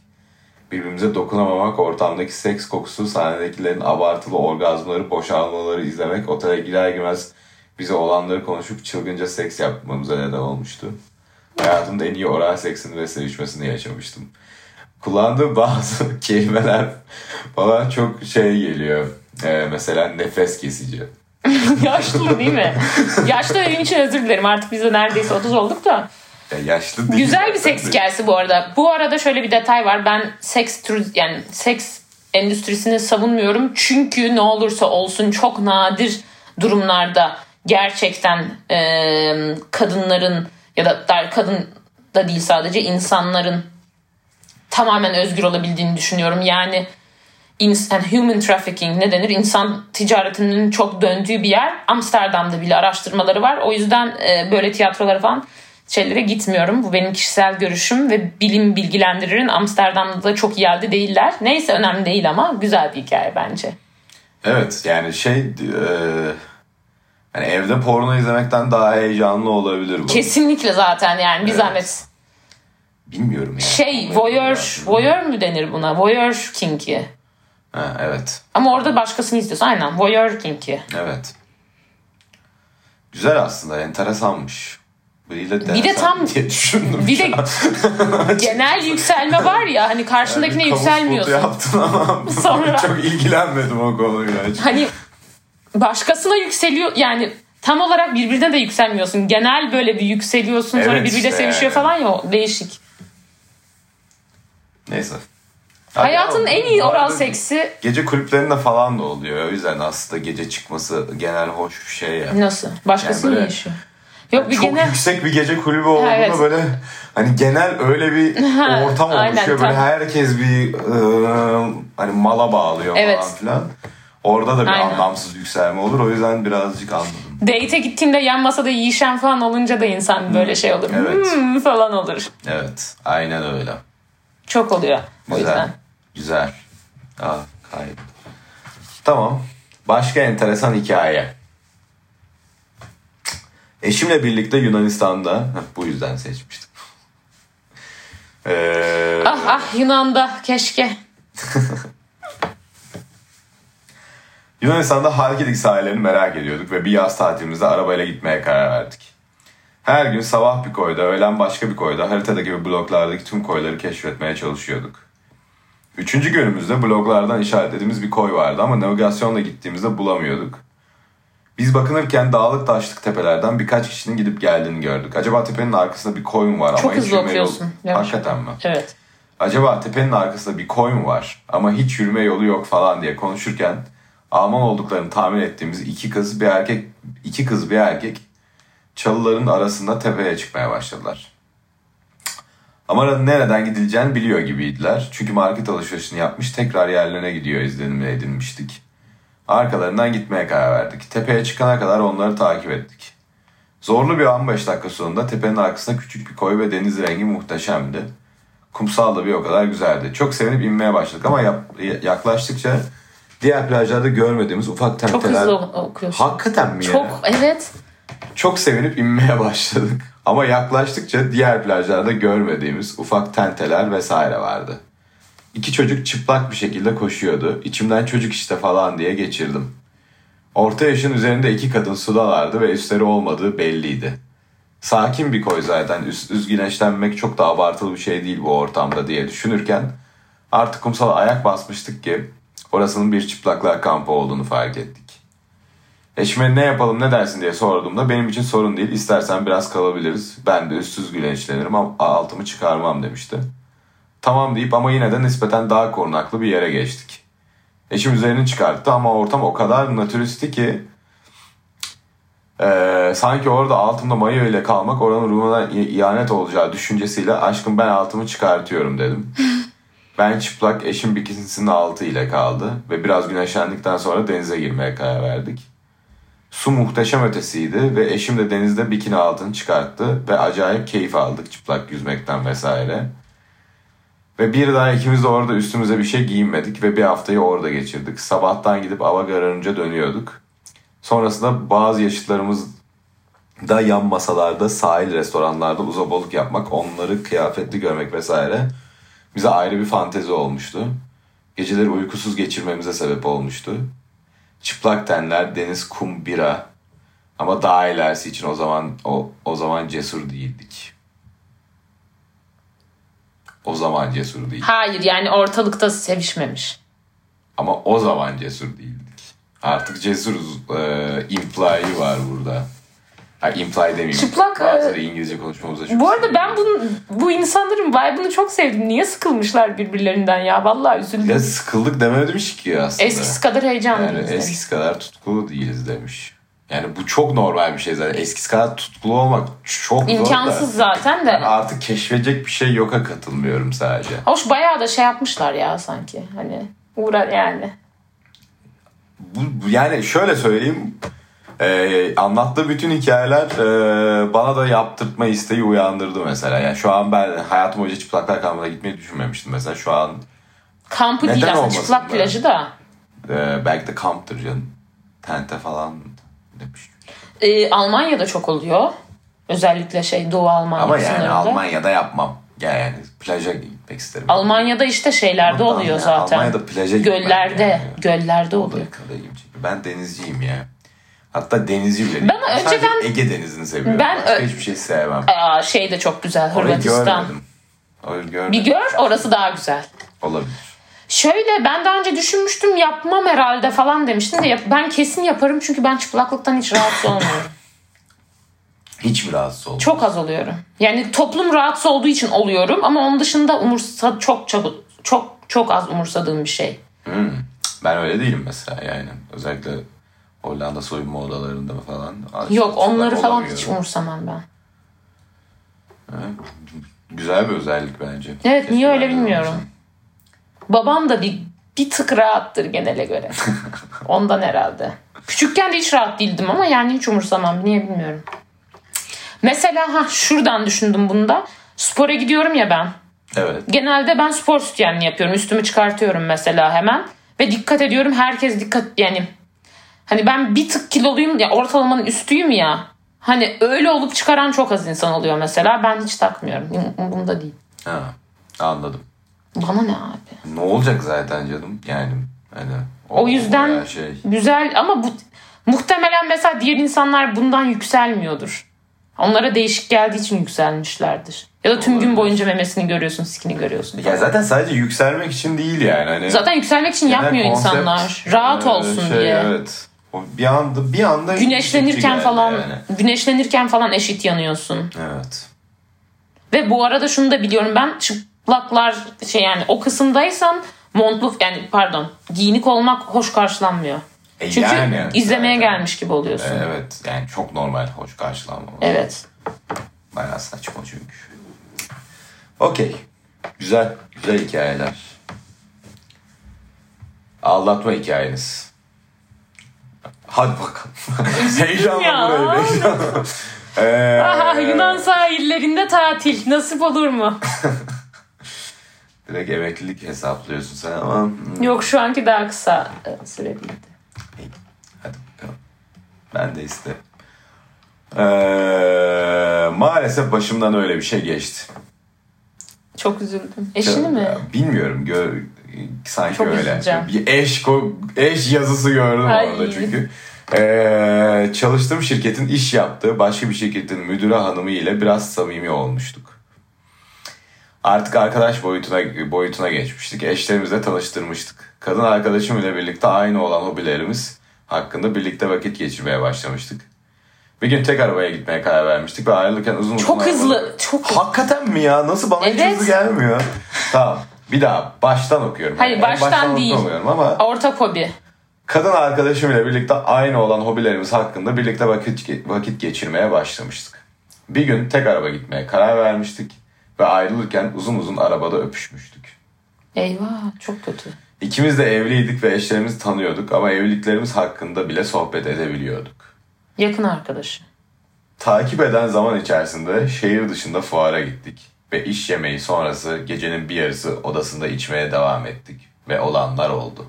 [SPEAKER 2] Birbirimize dokunamamak, ortamdaki seks kokusu, sahnedekilerin abartılı orgazmları, boşalmaları izlemek, otele girer girmez bize olanları konuşup çılgınca seks yapmamıza neden olmuştu. Hayatımda en iyi oral seksini ve sevişmesini yaşamıştım kullandığı bazı kelimeler falan çok şey geliyor. Ee, mesela nefes kesici.
[SPEAKER 1] Yaşlı değil mi? Yaşlı dediğim için özür dilerim. Artık biz de neredeyse 30 olduk da.
[SPEAKER 2] Ya yaşlı değil.
[SPEAKER 1] Güzel bir seks hikayesi bu arada. Bu arada şöyle bir detay var. Ben seks tür yani seks endüstrisini savunmuyorum. Çünkü ne olursa olsun çok nadir durumlarda gerçekten e, kadınların ya da dar kadın da değil sadece insanların tamamen özgür olabildiğini düşünüyorum. Yani insan human trafficking ne denir? İnsan ticaretinin çok döndüğü bir yer. Amsterdam'da bile araştırmaları var. O yüzden e, böyle tiyatrolara falan şeylere gitmiyorum. Bu benim kişisel görüşüm ve bilim bilgilendiririn Amsterdam'da da çok iyi yerde değiller. Neyse önemli değil ama güzel bir hikaye bence.
[SPEAKER 2] Evet yani şey e, yani evde porno izlemekten daha heyecanlı olabilir bu.
[SPEAKER 1] Kesinlikle zaten yani bir zahmet.
[SPEAKER 2] Bilmiyorum yani.
[SPEAKER 1] Şey voyeur, voyeur mü denir buna? Voyeur kinki.
[SPEAKER 2] Ha, evet.
[SPEAKER 1] Ama orada başkasını istiyorsun. Aynen voyeur kinki.
[SPEAKER 2] Evet. Güzel aslında enteresanmış. Biriyle
[SPEAKER 1] Bir de tam-
[SPEAKER 2] diye düşündüm.
[SPEAKER 1] Bir de genel yükselme var ya hani karşındakine
[SPEAKER 2] Kamu spotu
[SPEAKER 1] yükselmiyorsun.
[SPEAKER 2] yaptın ama
[SPEAKER 1] Sonra-
[SPEAKER 2] çok ilgilenmedim o konuyla.
[SPEAKER 1] hani başkasına yükseliyor yani tam olarak birbirine de yükselmiyorsun. Genel böyle bir yükseliyorsun sonra
[SPEAKER 2] Evet
[SPEAKER 1] birbiriyle
[SPEAKER 2] işte.
[SPEAKER 1] sevişiyor falan ya o değişik.
[SPEAKER 2] Neyse.
[SPEAKER 1] Hayatın
[SPEAKER 2] Abi,
[SPEAKER 1] en iyi
[SPEAKER 2] bu arada
[SPEAKER 1] oral seksi
[SPEAKER 2] Gece kulüplerinde falan da oluyor. O yüzden aslında gece çıkması genel hoş bir şey ya.
[SPEAKER 1] nasıl? Başkasıyla
[SPEAKER 2] Yani böyle-
[SPEAKER 1] yaşıyor. Yok bir
[SPEAKER 2] Çok
[SPEAKER 1] genel
[SPEAKER 2] yüksek bir gece kulübü olduğunda
[SPEAKER 1] Evet.
[SPEAKER 2] böyle hani genel öyle bir
[SPEAKER 1] Ha,
[SPEAKER 2] ortam
[SPEAKER 1] aynen,
[SPEAKER 2] oluşuyor.
[SPEAKER 1] tam.
[SPEAKER 2] Böyle herkes bir e, hani mala bağlıyor
[SPEAKER 1] Evet.
[SPEAKER 2] falan filan. Orada da bir
[SPEAKER 1] Aynen.
[SPEAKER 2] anlamsız yükselme olur. O yüzden birazcık anladım.
[SPEAKER 1] date'e gittiğinde yan masada yiyişen falan olunca da insan böyle şey olur.
[SPEAKER 2] Hmm. evet.
[SPEAKER 1] "Hmm" falan olur.
[SPEAKER 2] Evet. Aynen öyle.
[SPEAKER 1] Çok oluyor. O
[SPEAKER 2] Güzel.
[SPEAKER 1] yüzden.
[SPEAKER 2] Güzel. Ah kayıp. Tamam. Başka enteresan hikaye. Eşimle birlikte Yunanistan'da Heh, bu yüzden seçmiştim. Ee,
[SPEAKER 1] Ah ah Yunan'da keşke.
[SPEAKER 2] Yunanistan'da Halkidik sahillerini merak ediyorduk ve bir yaz tatilimizde arabayla gitmeye karar verdik. Her gün sabah bir koyda, öğlen başka bir koyda haritadaki ve bloklardaki tüm koyları keşfetmeye çalışıyorduk. Üçüncü günümüzde bloklardan işaretlediğimiz bir koy vardı ama navigasyonla gittiğimizde bulamıyorduk. Biz bakınırken dağlık taşlık tepelerden birkaç kişinin gidip geldiğini gördük. Acaba tepenin arkasında bir koy mu var ama
[SPEAKER 1] Çok
[SPEAKER 2] hiç
[SPEAKER 1] hızlı
[SPEAKER 2] yürüme yolu-
[SPEAKER 1] okuyorsun. Yavaş.
[SPEAKER 2] Hakikaten mi?
[SPEAKER 1] Evet.
[SPEAKER 2] Acaba tepenin arkasında bir koy mu var ama hiç yürüme yolu yok falan diye konuşurken Alman olduklarını tahmin ettiğimiz iki kız bir erkek iki kız bir erkek çalıların arasında tepeye çıkmaya başladılar. Ama nereden gidileceğini biliyor gibiydiler. Çünkü market alışverişini yapmış tekrar yerlerine gidiyor izlenimle edinmiştik. Arkalarından gitmeye karar verdik. Tepeye çıkana kadar onları takip ettik. Zorlu bir 15 dakika sonunda tepenin arkasında küçük bir koy ve deniz rengi muhteşemdi. Kumsal da bir o kadar güzeldi. Çok sevinip inmeye başladık ama yap- yaklaştıkça diğer plajlarda görmediğimiz ufak
[SPEAKER 1] Çok
[SPEAKER 2] tenteler...
[SPEAKER 1] hızlı okuyorsun.
[SPEAKER 2] Hakikaten mi ya?
[SPEAKER 1] Çok evet.
[SPEAKER 2] Çok sevinip inmeye başladık. Ama yaklaştıkça diğer plajlarda görmediğimiz ufak tenteler vesaire vardı. İki çocuk çıplak bir şekilde koşuyordu. İçimden çocuk işte falan diye geçirdim. Orta yaşın üzerinde iki kadın sudalardı ve üstleri olmadığı belliydi. Sakin bir koy zaten. Üst, üst güneşlenmek çok da abartılı bir şey değil bu ortamda diye düşünürken artık kumsala ayak basmıştık ki orasının bir çıplaklar kampı olduğunu fark ettik. Eşime ne yapalım ne dersin diye sorduğumda benim için sorun değil istersen biraz kalabiliriz. Ben de üstsüz güneşlenirim ama altımı çıkarmam demişti. Tamam deyip ama yine de nispeten daha korunaklı bir yere geçtik. Eşim üzerini çıkarttı ama ortam o kadar natüristi ki eee, sanki orada altımda mayo ile kalmak oranın ruhuna i- ihanet olacağı düşüncesiyle aşkım ben altımı çıkartıyorum dedim. Ben çıplak eşim bikinisinin altı ile kaldı ve biraz güneşlendikten sonra denize girmeye karar verdik. Su muhteşem ötesiydi ve eşim de denizde bikini altını çıkarttı ve acayip keyif aldık çıplak yüzmekten vesaire. Ve bir daha ikimiz de orada üstümüze bir şey giyinmedik ve bir haftayı orada geçirdik. Sabahtan gidip hava kararınca dönüyorduk. Sonrasında bazı yaşıtlarımız da yan masalarda, sahil restoranlarda uzabalık yapmak, onları kıyafetli görmek vesaire bize ayrı bir fantezi olmuştu. Geceleri uykusuz geçirmemize sebep olmuştu. Çıplak tenler, deniz, kum, bira. Ama daha ilerisi için o zaman o, o zaman cesur değildik. O zaman cesur değildik.
[SPEAKER 1] Hayır yani ortalıkta sevişmemiş.
[SPEAKER 2] Ama o zaman cesur değildik. Artık cesuruz e, imply'i var burada. Ha, imply demeyeyim.
[SPEAKER 1] Çıplak,
[SPEAKER 2] Bazıları
[SPEAKER 1] e,
[SPEAKER 2] İngilizce konuşmamıza çok
[SPEAKER 1] Bu arada
[SPEAKER 2] sinirliyim.
[SPEAKER 1] ben bunu, bu insanların vibe'ını çok sevdim. Niye sıkılmışlar birbirlerinden ya? Vallahi üzüldüm.
[SPEAKER 2] Ya sıkıldık dememiş ki aslında.
[SPEAKER 1] Eskisi kadar heyecanlı
[SPEAKER 2] Yani
[SPEAKER 1] değiliz.
[SPEAKER 2] eskisi kadar tutkulu değiliz demiş. Yani bu çok normal bir şey zaten. Eskisi kadar tutkulu olmak çok zor da.
[SPEAKER 1] İmkansız zaten de.
[SPEAKER 2] Ben artık keşfedecek bir şey yoka katılmıyorum sadece.
[SPEAKER 1] Hoş bayağı da şey yapmışlar ya sanki. Hani uğrar yani.
[SPEAKER 2] Bu, bu- yani şöyle söyleyeyim. Ee, anlattığı bütün hikayeler ee, bana da yaptırtma isteği uyandırdı mesela. Yani şu an ben hayatım boyunca çıplaklar kampına gitmeyi düşünmemiştim mesela. Şu an
[SPEAKER 1] Kampı
[SPEAKER 2] Neden
[SPEAKER 1] değil aslında
[SPEAKER 2] olmasın
[SPEAKER 1] çıplak
[SPEAKER 2] be?
[SPEAKER 1] plajı da.
[SPEAKER 2] ee, belki de kamptır canım. Tente falan demiş.
[SPEAKER 1] Ee, Almanya'da çok oluyor. Özellikle şey Doğu Almanya
[SPEAKER 2] Ama yani
[SPEAKER 1] kısımlarında.
[SPEAKER 2] Almanya'da yapmam. Yani plaja gitmek isterim.
[SPEAKER 1] Almanya'da işte şeylerde oluyor
[SPEAKER 2] Yani
[SPEAKER 1] zaten.
[SPEAKER 2] Almanya'da plaja gitmem
[SPEAKER 1] göllerde,
[SPEAKER 2] yani.
[SPEAKER 1] göllerde
[SPEAKER 2] O da
[SPEAKER 1] oluyor.
[SPEAKER 2] yakalayayım çünkü. Ben denizciyim ya. Hatta denizci bile değilim.
[SPEAKER 1] Ben
[SPEAKER 2] Sadece
[SPEAKER 1] önceden-
[SPEAKER 2] Ege denizini seviyorum.
[SPEAKER 1] Ben
[SPEAKER 2] Başka
[SPEAKER 1] ö-
[SPEAKER 2] hiçbir şey sevmem.
[SPEAKER 1] Aa, şey de çok güzel
[SPEAKER 2] Orayı
[SPEAKER 1] Hırvatistan.
[SPEAKER 2] görmedim. Orayı görmedim.
[SPEAKER 1] Bir gör orası daha güzel.
[SPEAKER 2] Olabilir.
[SPEAKER 1] Şöyle ben daha önce düşünmüştüm yapmam herhalde falan demiştim de yap- ben kesin yaparım çünkü ben çıplaklıktan hiç rahatsız olmuyorum.
[SPEAKER 2] Hiç mi rahatsız oldun?
[SPEAKER 1] Çok az oluyorum. Yani toplum rahatsız olduğu için oluyorum ama onun dışında umursa çok çabuk çok çok az umursadığım bir şey.
[SPEAKER 2] Ben öyle değilim mesela yani. Özellikle Hollanda soyunma odalarında falan.
[SPEAKER 1] Yok onları
[SPEAKER 2] Ben
[SPEAKER 1] falan hiç
[SPEAKER 2] olamıyorum.
[SPEAKER 1] umursamam ben.
[SPEAKER 2] Güzel bir özellik bence.
[SPEAKER 1] Evet
[SPEAKER 2] Keşke
[SPEAKER 1] niye
[SPEAKER 2] ben
[SPEAKER 1] öyle
[SPEAKER 2] de
[SPEAKER 1] bilmiyorum.
[SPEAKER 2] olsam.
[SPEAKER 1] Babam da bir bir tık rahattır genele göre. Ondan herhalde. Küçükken de hiç rahat değildim ama yani hiç umursamam. Niye bilmiyorum. Mesela ha şuradan düşündüm bunda. Spora gidiyorum ya ben.
[SPEAKER 2] Evet.
[SPEAKER 1] Genelde ben spor sütyenli yapıyorum. Üstümü çıkartıyorum mesela hemen. Ve dikkat ediyorum herkes dikkat yani. Hani ben bir tık kiloluyum ya ortalamanın üstüyüm ya. Hani öyle olup çıkaran çok az insan oluyor mesela. Ben hiç takmıyorum. Bunda değil.
[SPEAKER 2] Ha, anladım.
[SPEAKER 1] Bana ne abi?
[SPEAKER 2] Ne olacak zaten canım? Yani hani
[SPEAKER 1] O yüzden-
[SPEAKER 2] bayağı şey.
[SPEAKER 1] Güzel ama bu muhtemelen mesela diğer insanlar bundan yükselmiyordur. Onlara değişik geldiği için yükselmişlerdir. Ya da tüm gün
[SPEAKER 2] Olabilir.
[SPEAKER 1] boyunca memesini görüyorsun, sikini görüyorsun.
[SPEAKER 2] Ya zaten sadece yükselmek için değil yani. Hani
[SPEAKER 1] Zaten yükselmek için
[SPEAKER 2] genel
[SPEAKER 1] yapmıyor
[SPEAKER 2] konsept,
[SPEAKER 1] insanlar. Rahat
[SPEAKER 2] e,
[SPEAKER 1] olsun
[SPEAKER 2] şey,
[SPEAKER 1] diye.
[SPEAKER 2] Evet. O Bir anda bir anda ışıkçı
[SPEAKER 1] Güneşlenirken
[SPEAKER 2] geldi
[SPEAKER 1] falan
[SPEAKER 2] yani.
[SPEAKER 1] güneşlenirken falan eşit yanıyorsun.
[SPEAKER 2] Evet.
[SPEAKER 1] Ve bu arada şunu da biliyorum ben çıplaklar şey yani o kısımdaysan montlu yani pardon giyinik olmak hoş karşılanmıyor.
[SPEAKER 2] E
[SPEAKER 1] Çünkü
[SPEAKER 2] yani
[SPEAKER 1] izlemeye
[SPEAKER 2] zaten.
[SPEAKER 1] gelmiş gibi oluyorsun. Evet.
[SPEAKER 2] Ee, Evet yani çok normal hoş karşılanmamalı. Bayağı saçma çünkü. Okey. Güzel. Güzel hikayeler. Aldatma hikayeniz. Hadi bakalım.
[SPEAKER 1] Ya.
[SPEAKER 2] Heyecanla burayı bekliyorum. Ee,
[SPEAKER 1] Aha Yunan sahillerinde tatil nasip olur mu?
[SPEAKER 2] direkt emeklilik hesaplıyorsun sen ama. hmm,
[SPEAKER 1] Yok şu anki daha kısa e, süreliydi.
[SPEAKER 2] iyi. Hadi bakalım. Ben de isterim. Ee, maalesef başımdan öyle bir şey geçti.
[SPEAKER 1] Çok üzüldüm. Eşini mi?
[SPEAKER 2] Bilmiyorum. Gö- sanki
[SPEAKER 1] Çok
[SPEAKER 2] öyle.
[SPEAKER 1] üzücü.
[SPEAKER 2] Bir eş ko- eş yazısı gördüm
[SPEAKER 1] Ay.
[SPEAKER 2] orada çünkü. Ee, çalıştığım şirketin iş yaptığı başka bir şirketin müdüre hanımı ile biraz samimi olmuştuk. Artık arkadaş boyutuna boyutuna geçmiştik. Eşlerimizle tanıştırmıştık. Kadın arkadaşım ile birlikte aynı olan hobilerimiz hakkında birlikte vakit geçirmeye başlamıştık. Bir gün tek arabaya gitmeye karar vermiştik ve ayrılırken uzun uzun
[SPEAKER 1] Çok
[SPEAKER 2] arabada-
[SPEAKER 1] hızlı. Çok
[SPEAKER 2] Hakikaten mi ya? Nasıl bana hiç
[SPEAKER 1] Evet.
[SPEAKER 2] hızlı gelmiyor? tamam. Bir daha baştan okuyorum.
[SPEAKER 1] Hayır,
[SPEAKER 2] En
[SPEAKER 1] baştan değil.
[SPEAKER 2] okumuyorum ama
[SPEAKER 1] ortak hobi.
[SPEAKER 2] kadın arkadaşımla birlikte aynı olan hobilerimiz hakkında birlikte vakit ge- vakit geçirmeye başlamıştık. Bir gün tek araba gitmeye karar vermiştik ve ayrılırken uzun uzun arabada öpüşmüştük.
[SPEAKER 1] Eyvah çok kötü.
[SPEAKER 2] İkimiz de evliydik ve eşlerimizi tanıyorduk ama evliliklerimiz hakkında bile sohbet edebiliyorduk.
[SPEAKER 1] Yakın arkadaşı.
[SPEAKER 2] Takip eden zaman içerisinde şehir dışında fuara gittik ve iş yemeği sonrası gecenin bir yarısı odasında içmeye devam ettik ve olanlar oldu.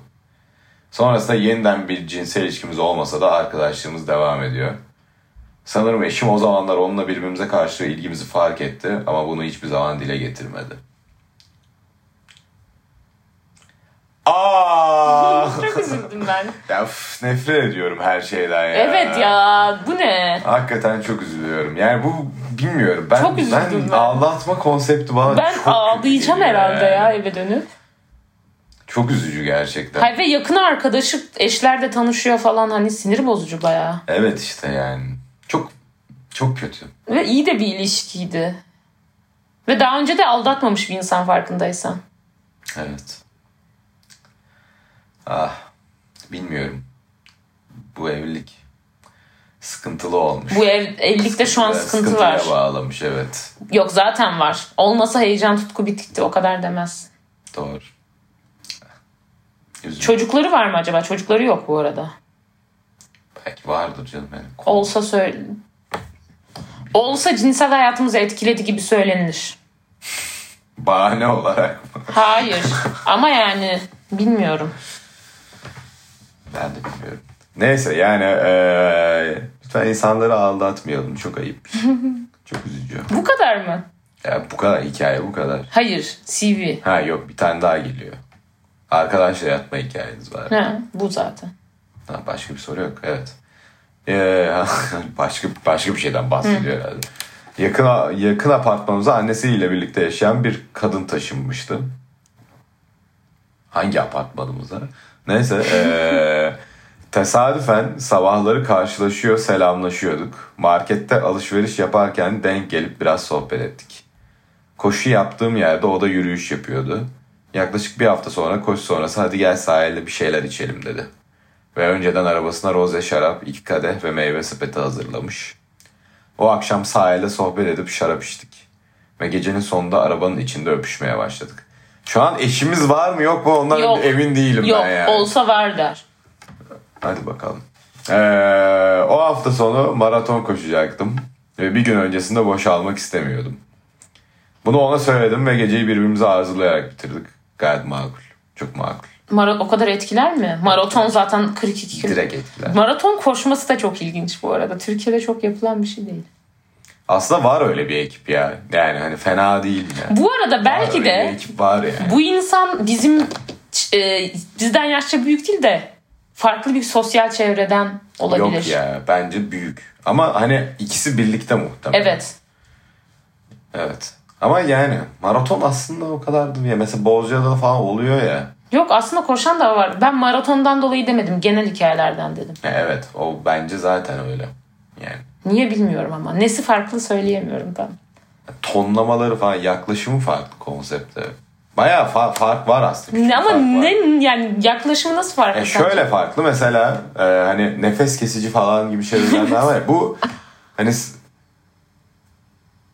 [SPEAKER 2] Sonrasında yeniden bir cinsel ilişkimiz olmasa da arkadaşlığımız devam ediyor. Sanırım eşim o zamanlar onunla birbirimize karşı ilgimizi fark etti ama bunu hiçbir zaman dile getirmedi. Aa!
[SPEAKER 1] çok üzüldüm ben.
[SPEAKER 2] Ah! ya üf, nefret ediyorum her şeyden ya.
[SPEAKER 1] Evet ya bu ne?
[SPEAKER 2] Hakikaten çok üzülüyorum. Yani bu bilmiyorum. Ben,
[SPEAKER 1] Çok üzüldüm
[SPEAKER 2] ben,
[SPEAKER 1] ben.
[SPEAKER 2] ağlatma konsepti bana
[SPEAKER 1] Ben
[SPEAKER 2] çok
[SPEAKER 1] ağlayacağım
[SPEAKER 2] kötü geliyor
[SPEAKER 1] herhalde
[SPEAKER 2] yani.
[SPEAKER 1] ya eve dönüp.
[SPEAKER 2] Çok üzücü gerçekten.
[SPEAKER 1] Hayır ve yakın arkadaşı eşlerle tanışıyor falan hani sinir bozucu bayağı.
[SPEAKER 2] Evet işte yani. Çok çok kötü.
[SPEAKER 1] Ve iyi de bir ilişkiydi. Ve daha önce de aldatmamış bir insan farkındaysan.
[SPEAKER 2] Evet. Ah bilmiyorum. Bu evlilik sıkıntılı olmuş.
[SPEAKER 1] Bu ev, evlilikte şu an
[SPEAKER 2] Biraz
[SPEAKER 1] sıkıntı
[SPEAKER 2] sıkıntıya
[SPEAKER 1] var.
[SPEAKER 2] bağlamış evet.
[SPEAKER 1] Yok zaten var. Olmasa heyecan tutku bitikti o kadar demez.
[SPEAKER 2] Doğru. Üzücü.
[SPEAKER 1] Çocukları var mı acaba? Çocukları yok bu arada.
[SPEAKER 2] Belki vardır canım benim.
[SPEAKER 1] Olsa söyle. Olsa cinsel hayatımızı etkiledi gibi söylenilir.
[SPEAKER 2] Bahane olarak mı?
[SPEAKER 1] Hayır. Ama yani bilmiyorum.
[SPEAKER 2] Ben de bilmiyorum. Neyse yani eee, lütfen insanları aldatmayalım. Çok ayıp. bir şey. Çok üzücü.
[SPEAKER 1] Bu kadar mı?
[SPEAKER 2] Ya bu kadar hikaye bu kadar.
[SPEAKER 1] Hayır. CV.
[SPEAKER 2] Ha yok bir tane daha geliyor. Arkadaşla yatma hikayeniz var.
[SPEAKER 1] Ha, bu zaten.
[SPEAKER 2] Ha, başka bir soru yok. Evet. Eee, başka başka bir şeyden bahsediyor herhalde. Yakın yakın apartmanımıza annesiyle birlikte yaşayan bir kadın taşınmıştı. Hangi apartmanımıza? Neyse. eee, tesadüfen sabahları karşılaşıyor, selamlaşıyorduk. Markette alışveriş yaparken denk gelip biraz sohbet ettik. Koşu yaptığım yerde o da yürüyüş yapıyordu. Yaklaşık bir hafta sonra koşu sonrası hadi gel sahilde bir şeyler içelim dedi. Ve önceden arabasına roze şarap, iki kadeh ve meyve sepeti hazırlamış. O akşam sahilde sohbet edip şarap içtik. Ve gecenin sonunda arabanın içinde öpüşmeye başladık. Şu an eşimiz var mı yok mu ondan
[SPEAKER 1] Yok.
[SPEAKER 2] emin değilim
[SPEAKER 1] Yok
[SPEAKER 2] ben yani.
[SPEAKER 1] olsa var der.
[SPEAKER 2] Hadi bakalım. Ee, o hafta sonu maraton koşacaktım. Ve bir gün öncesinde boşalmak istemiyordum. Bunu ona söyledim ve geceyi birbirimize arzulayarak bitirdik. Gayet makul. Çok makul.
[SPEAKER 1] Mara- o kadar etkiler mi? Maraton zaten 42 kilo.
[SPEAKER 2] Direkt etkiler.
[SPEAKER 1] Maraton koşması da çok ilginç bu arada. Türkiye'de çok yapılan bir şey değil.
[SPEAKER 2] Aslında var öyle bir ekip ya. Yani hani fena değil yani.
[SPEAKER 1] Bu arada
[SPEAKER 2] Var
[SPEAKER 1] belki
[SPEAKER 2] öyle bir
[SPEAKER 1] de
[SPEAKER 2] ekip var yani.
[SPEAKER 1] bu insan bizim e, bizden yaşça büyük değil de farklı bir sosyal çevreden olabilir.
[SPEAKER 2] Yok ya bence büyük. Ama hani ikisi birlikte muhtemelen.
[SPEAKER 1] Evet.
[SPEAKER 2] Evet. Ama yani maraton aslında o kadardı. Ya. Mesela Bozcaada'da falan oluyor ya.
[SPEAKER 1] Yok aslında koşan da var. Ben maratondan dolayı demedim. Genel hikayelerden dedim.
[SPEAKER 2] E, Evet o bence zaten öyle. Yani
[SPEAKER 1] Niye bilmiyorum ama. Nesi farklı söyleyemiyorum ben.
[SPEAKER 2] tonlamaları falan yaklaşımı farklı konsepte. Bayağı fa- fark var aslında. küçük
[SPEAKER 1] Ne, ama
[SPEAKER 2] fark var.
[SPEAKER 1] ne yani yaklaşımı nasıl farklı?
[SPEAKER 2] E
[SPEAKER 1] sence?
[SPEAKER 2] şöyle farklı mesela e, hani nefes kesici falan gibi şeyler var ya bu hani s-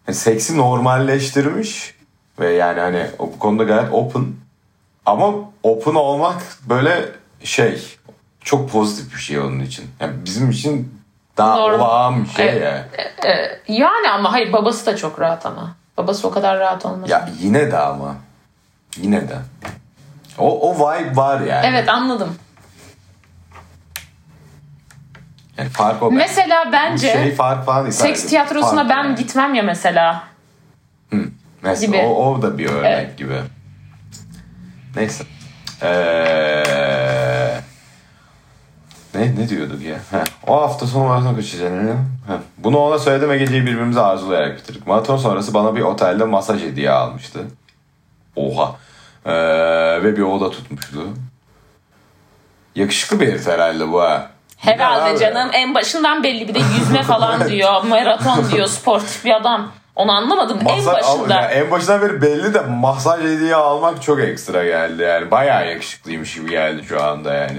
[SPEAKER 2] hani seksi normalleştirmiş ve yani hani o- bu konuda gayet open ama open olmak böyle şey çok pozitif bir şey onun için. Yani bizim için daha
[SPEAKER 1] Normal.
[SPEAKER 2] olağan bir şey
[SPEAKER 1] Evet.
[SPEAKER 2] ya.
[SPEAKER 1] E, Yani ama hayır babası da çok rahat ama. Babası o kadar rahat olmaz.
[SPEAKER 2] Ya yine de ama yine de. O, o vibe var yani.
[SPEAKER 1] Evet anladım.
[SPEAKER 2] yani fark o.
[SPEAKER 1] Mesela bence
[SPEAKER 2] şey fark falan ifade
[SPEAKER 1] seks
[SPEAKER 2] ediyor.
[SPEAKER 1] tiyatrosuna
[SPEAKER 2] Fark
[SPEAKER 1] ben
[SPEAKER 2] yani.
[SPEAKER 1] gitmem ya mesela.
[SPEAKER 2] Mesela
[SPEAKER 1] gibi.
[SPEAKER 2] O, o da bir örnek
[SPEAKER 1] Evet.
[SPEAKER 2] gibi. Neyse. Ee, ne, ne diyorduk ya? Heh, o hafta sonu maraton kaçacağını. Heh, Bunu ona söyledim ve geceyi birbirimize arzulayarak bitirdik. Maraton sonrası bana bir otelde masaj hediye almıştı. Oha. Ee, ve bir oda tutmuştu. Yakışıklı bir herif herhalde bu ha.
[SPEAKER 1] Herhalde
[SPEAKER 2] Ya abi.
[SPEAKER 1] canım en başından belli bir de yüzme falan diyor. Maraton diyor sportif bir adam. Onu anlamadım en
[SPEAKER 2] Masaj-
[SPEAKER 1] başında.
[SPEAKER 2] Ya e, en başından beri belli de masaj hediye almak çok ekstra geldi yani. Bayağı yakışıklıymış gibi geldi şu anda yani.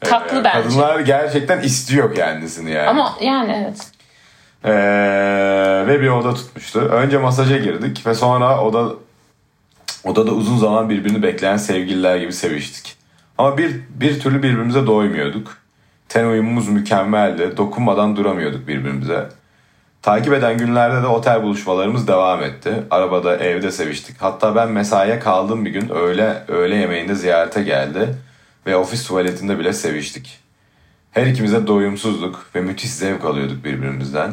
[SPEAKER 1] Tatlı
[SPEAKER 2] Ee,
[SPEAKER 1] bence.
[SPEAKER 2] Kadınlar gerçekten istiyor kendisini yani.
[SPEAKER 1] Ama yani evet.
[SPEAKER 2] Ee, ve bir oda tutmuştu. Önce masaja girdik ve sonra oda odada uzun zaman birbirini bekleyen sevgililer gibi seviştik. Ama bir, bir türlü birbirimize doymuyorduk. Ten uyumumuz mükemmeldi. Dokunmadan duramıyorduk birbirimize. Takip eden günlerde de otel buluşmalarımız devam etti. Arabada, evde seviştik. Hatta ben mesaiye kaldığım bir gün öğle, öğle yemeğinde ziyarete geldi. Ve ofis tuvaletinde bile seviştik. Her ikimiz de doyumsuzduk ve müthiş zevk alıyorduk birbirimizden.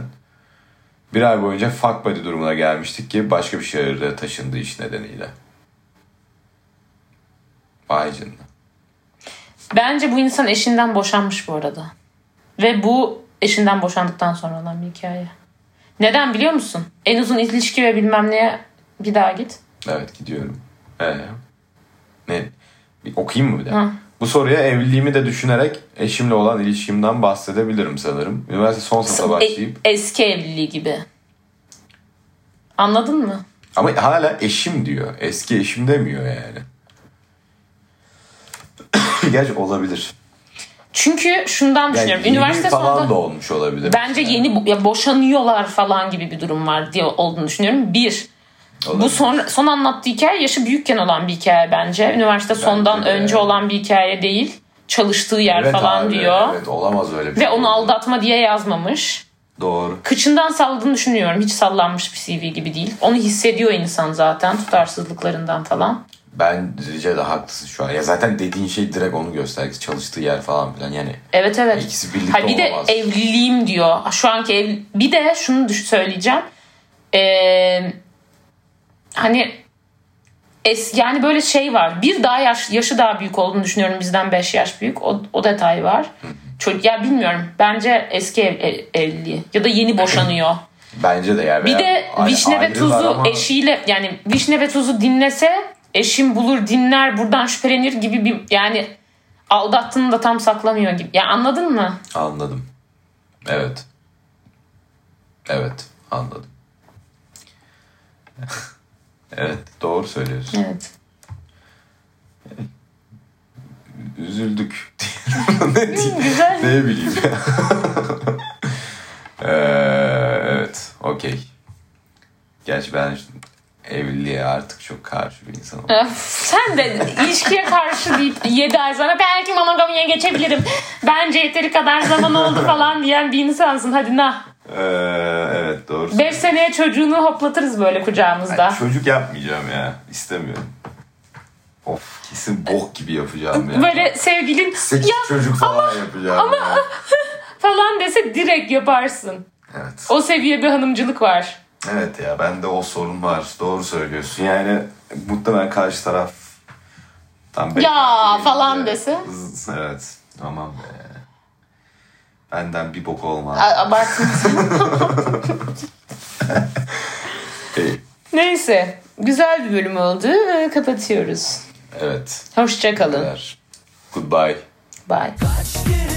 [SPEAKER 2] Bir ay boyunca fuck buddy durumuna gelmiştik ki başka bir şehirde taşındı iş nedeniyle. Vay canına.
[SPEAKER 1] Bence bu insan eşinden boşanmış bu arada. Ve bu eşinden boşandıktan sonra olan bir hikaye. Neden biliyor musun? En uzun ilişki ve bilmem neye bir daha git.
[SPEAKER 2] Evet gidiyorum. Ee, ne? Bir okuyayım mı bir de? Bu soruya evliliğimi de düşünerek eşimle olan ilişkimden bahsedebilirim sanırım. Üniversite son sınıfa
[SPEAKER 1] E-
[SPEAKER 2] başlayıp
[SPEAKER 1] eski evliliği gibi. Anladın mı?
[SPEAKER 2] ama hala eşim diyor. Eski eşim demiyor yani. Gerçi olabilir.
[SPEAKER 1] Çünkü şundan
[SPEAKER 2] Yani
[SPEAKER 1] düşünüyorum.
[SPEAKER 2] yeni
[SPEAKER 1] Üniversite
[SPEAKER 2] falan
[SPEAKER 1] sonunda
[SPEAKER 2] da olmuş olabilir.
[SPEAKER 1] bence yeni bo- ya boşanıyorlar falan gibi bir durum var diye olduğunu düşünüyorum. Bir, bu
[SPEAKER 2] Olabilir.
[SPEAKER 1] son, son anlattığı hikaye yaşı büyükken olan bir hikaye bence. Üniversite sondan
[SPEAKER 2] de.
[SPEAKER 1] önce olan bir hikaye değil. Çalıştığı yer
[SPEAKER 2] Evet
[SPEAKER 1] falan
[SPEAKER 2] abi,
[SPEAKER 1] diyor.
[SPEAKER 2] Evet olamaz öyle bir
[SPEAKER 1] Ve
[SPEAKER 2] şey.
[SPEAKER 1] onu aldatma diye yazmamış.
[SPEAKER 2] Doğru.
[SPEAKER 1] Kıçından salladığını düşünüyorum. Hiç sallanmış bir CV gibi değil. Onu hissediyor insan zaten tutarsızlıklarından falan.
[SPEAKER 2] Bence de haklısın şu an. Ya zaten dediğin şey direkt onun göstergesi. Çalıştığı yer falan filan. Yani
[SPEAKER 1] Evet evet.
[SPEAKER 2] ikisi birlikte
[SPEAKER 1] Ha bir de
[SPEAKER 2] olamaz.
[SPEAKER 1] evliliğim diyor. Şu anki ev bir de şunu düş- söyleyeceğim. Ee, hani es yani böyle şey var. Bir daha yaş yaşı daha büyük olduğunu düşünüyorum bizden 5 yaş büyük. O, o detay var. Çocuk ya bilmiyorum. Bence eski ev, ev- evliliği ya da yeni boşanıyor.
[SPEAKER 2] Bence de yani.
[SPEAKER 1] Bir
[SPEAKER 2] veya
[SPEAKER 1] de
[SPEAKER 2] ayrı-
[SPEAKER 1] Vişne ve
[SPEAKER 2] ayrılar
[SPEAKER 1] Tuz'u
[SPEAKER 2] ama
[SPEAKER 1] eşiyle yani Vişne ve Tuz'u dinlese eşim bulur dinler buradan şüphelenir gibi bir yani aldattığını da tam saklamıyor gibi. Ya anladın mı?
[SPEAKER 2] Anladım. Evet. Evet. Anladım. evet. Doğru söylüyorsun.
[SPEAKER 1] Evet.
[SPEAKER 2] Üzüldük. ne diyeyim?
[SPEAKER 1] Güzel.
[SPEAKER 2] Ne bileyim. Ee, evet. Okey. Gerçi ben evliliğe artık çok karşı bir insanım.
[SPEAKER 1] Öf, Sen de ilişkiye karşı deyip 7 ay sonra belki monogamiye geçebilirim. Bence yeteri kadar zaman oldu falan diyen bir insansın. Hadi nah.
[SPEAKER 2] Ee, evet doğru.
[SPEAKER 1] 5 seneye çocuğunu hoplatırız böyle kucağımızda.
[SPEAKER 2] Ay, çocuk yapmayacağım ya. İstemiyorum. Of kesin bok gibi yapacağım ya.
[SPEAKER 1] Böyle sevgilin
[SPEAKER 2] Sekiz
[SPEAKER 1] ya
[SPEAKER 2] çocuk falan yapacağım ya.
[SPEAKER 1] falan dese direkt yaparsın.
[SPEAKER 2] Evet.
[SPEAKER 1] O seviye bir hanımcılık var.
[SPEAKER 2] Evet ya bende o sorun var. Doğru söylüyorsun. Yani muhtemelen karşı taraf tam beklediğim
[SPEAKER 1] falan
[SPEAKER 2] gibi.
[SPEAKER 1] dese?
[SPEAKER 2] Z- Evet. Tamam be. Benden bir bok olmaz.
[SPEAKER 1] A- Abartma.
[SPEAKER 2] Hey.
[SPEAKER 1] Neyse. Güzel bir bölüm oldu. Ee, Kapatıyoruz.
[SPEAKER 2] Evet.
[SPEAKER 3] Hoşçakalın.
[SPEAKER 2] Kadar. Goodbye.
[SPEAKER 3] Bye.
[SPEAKER 1] Kaç kere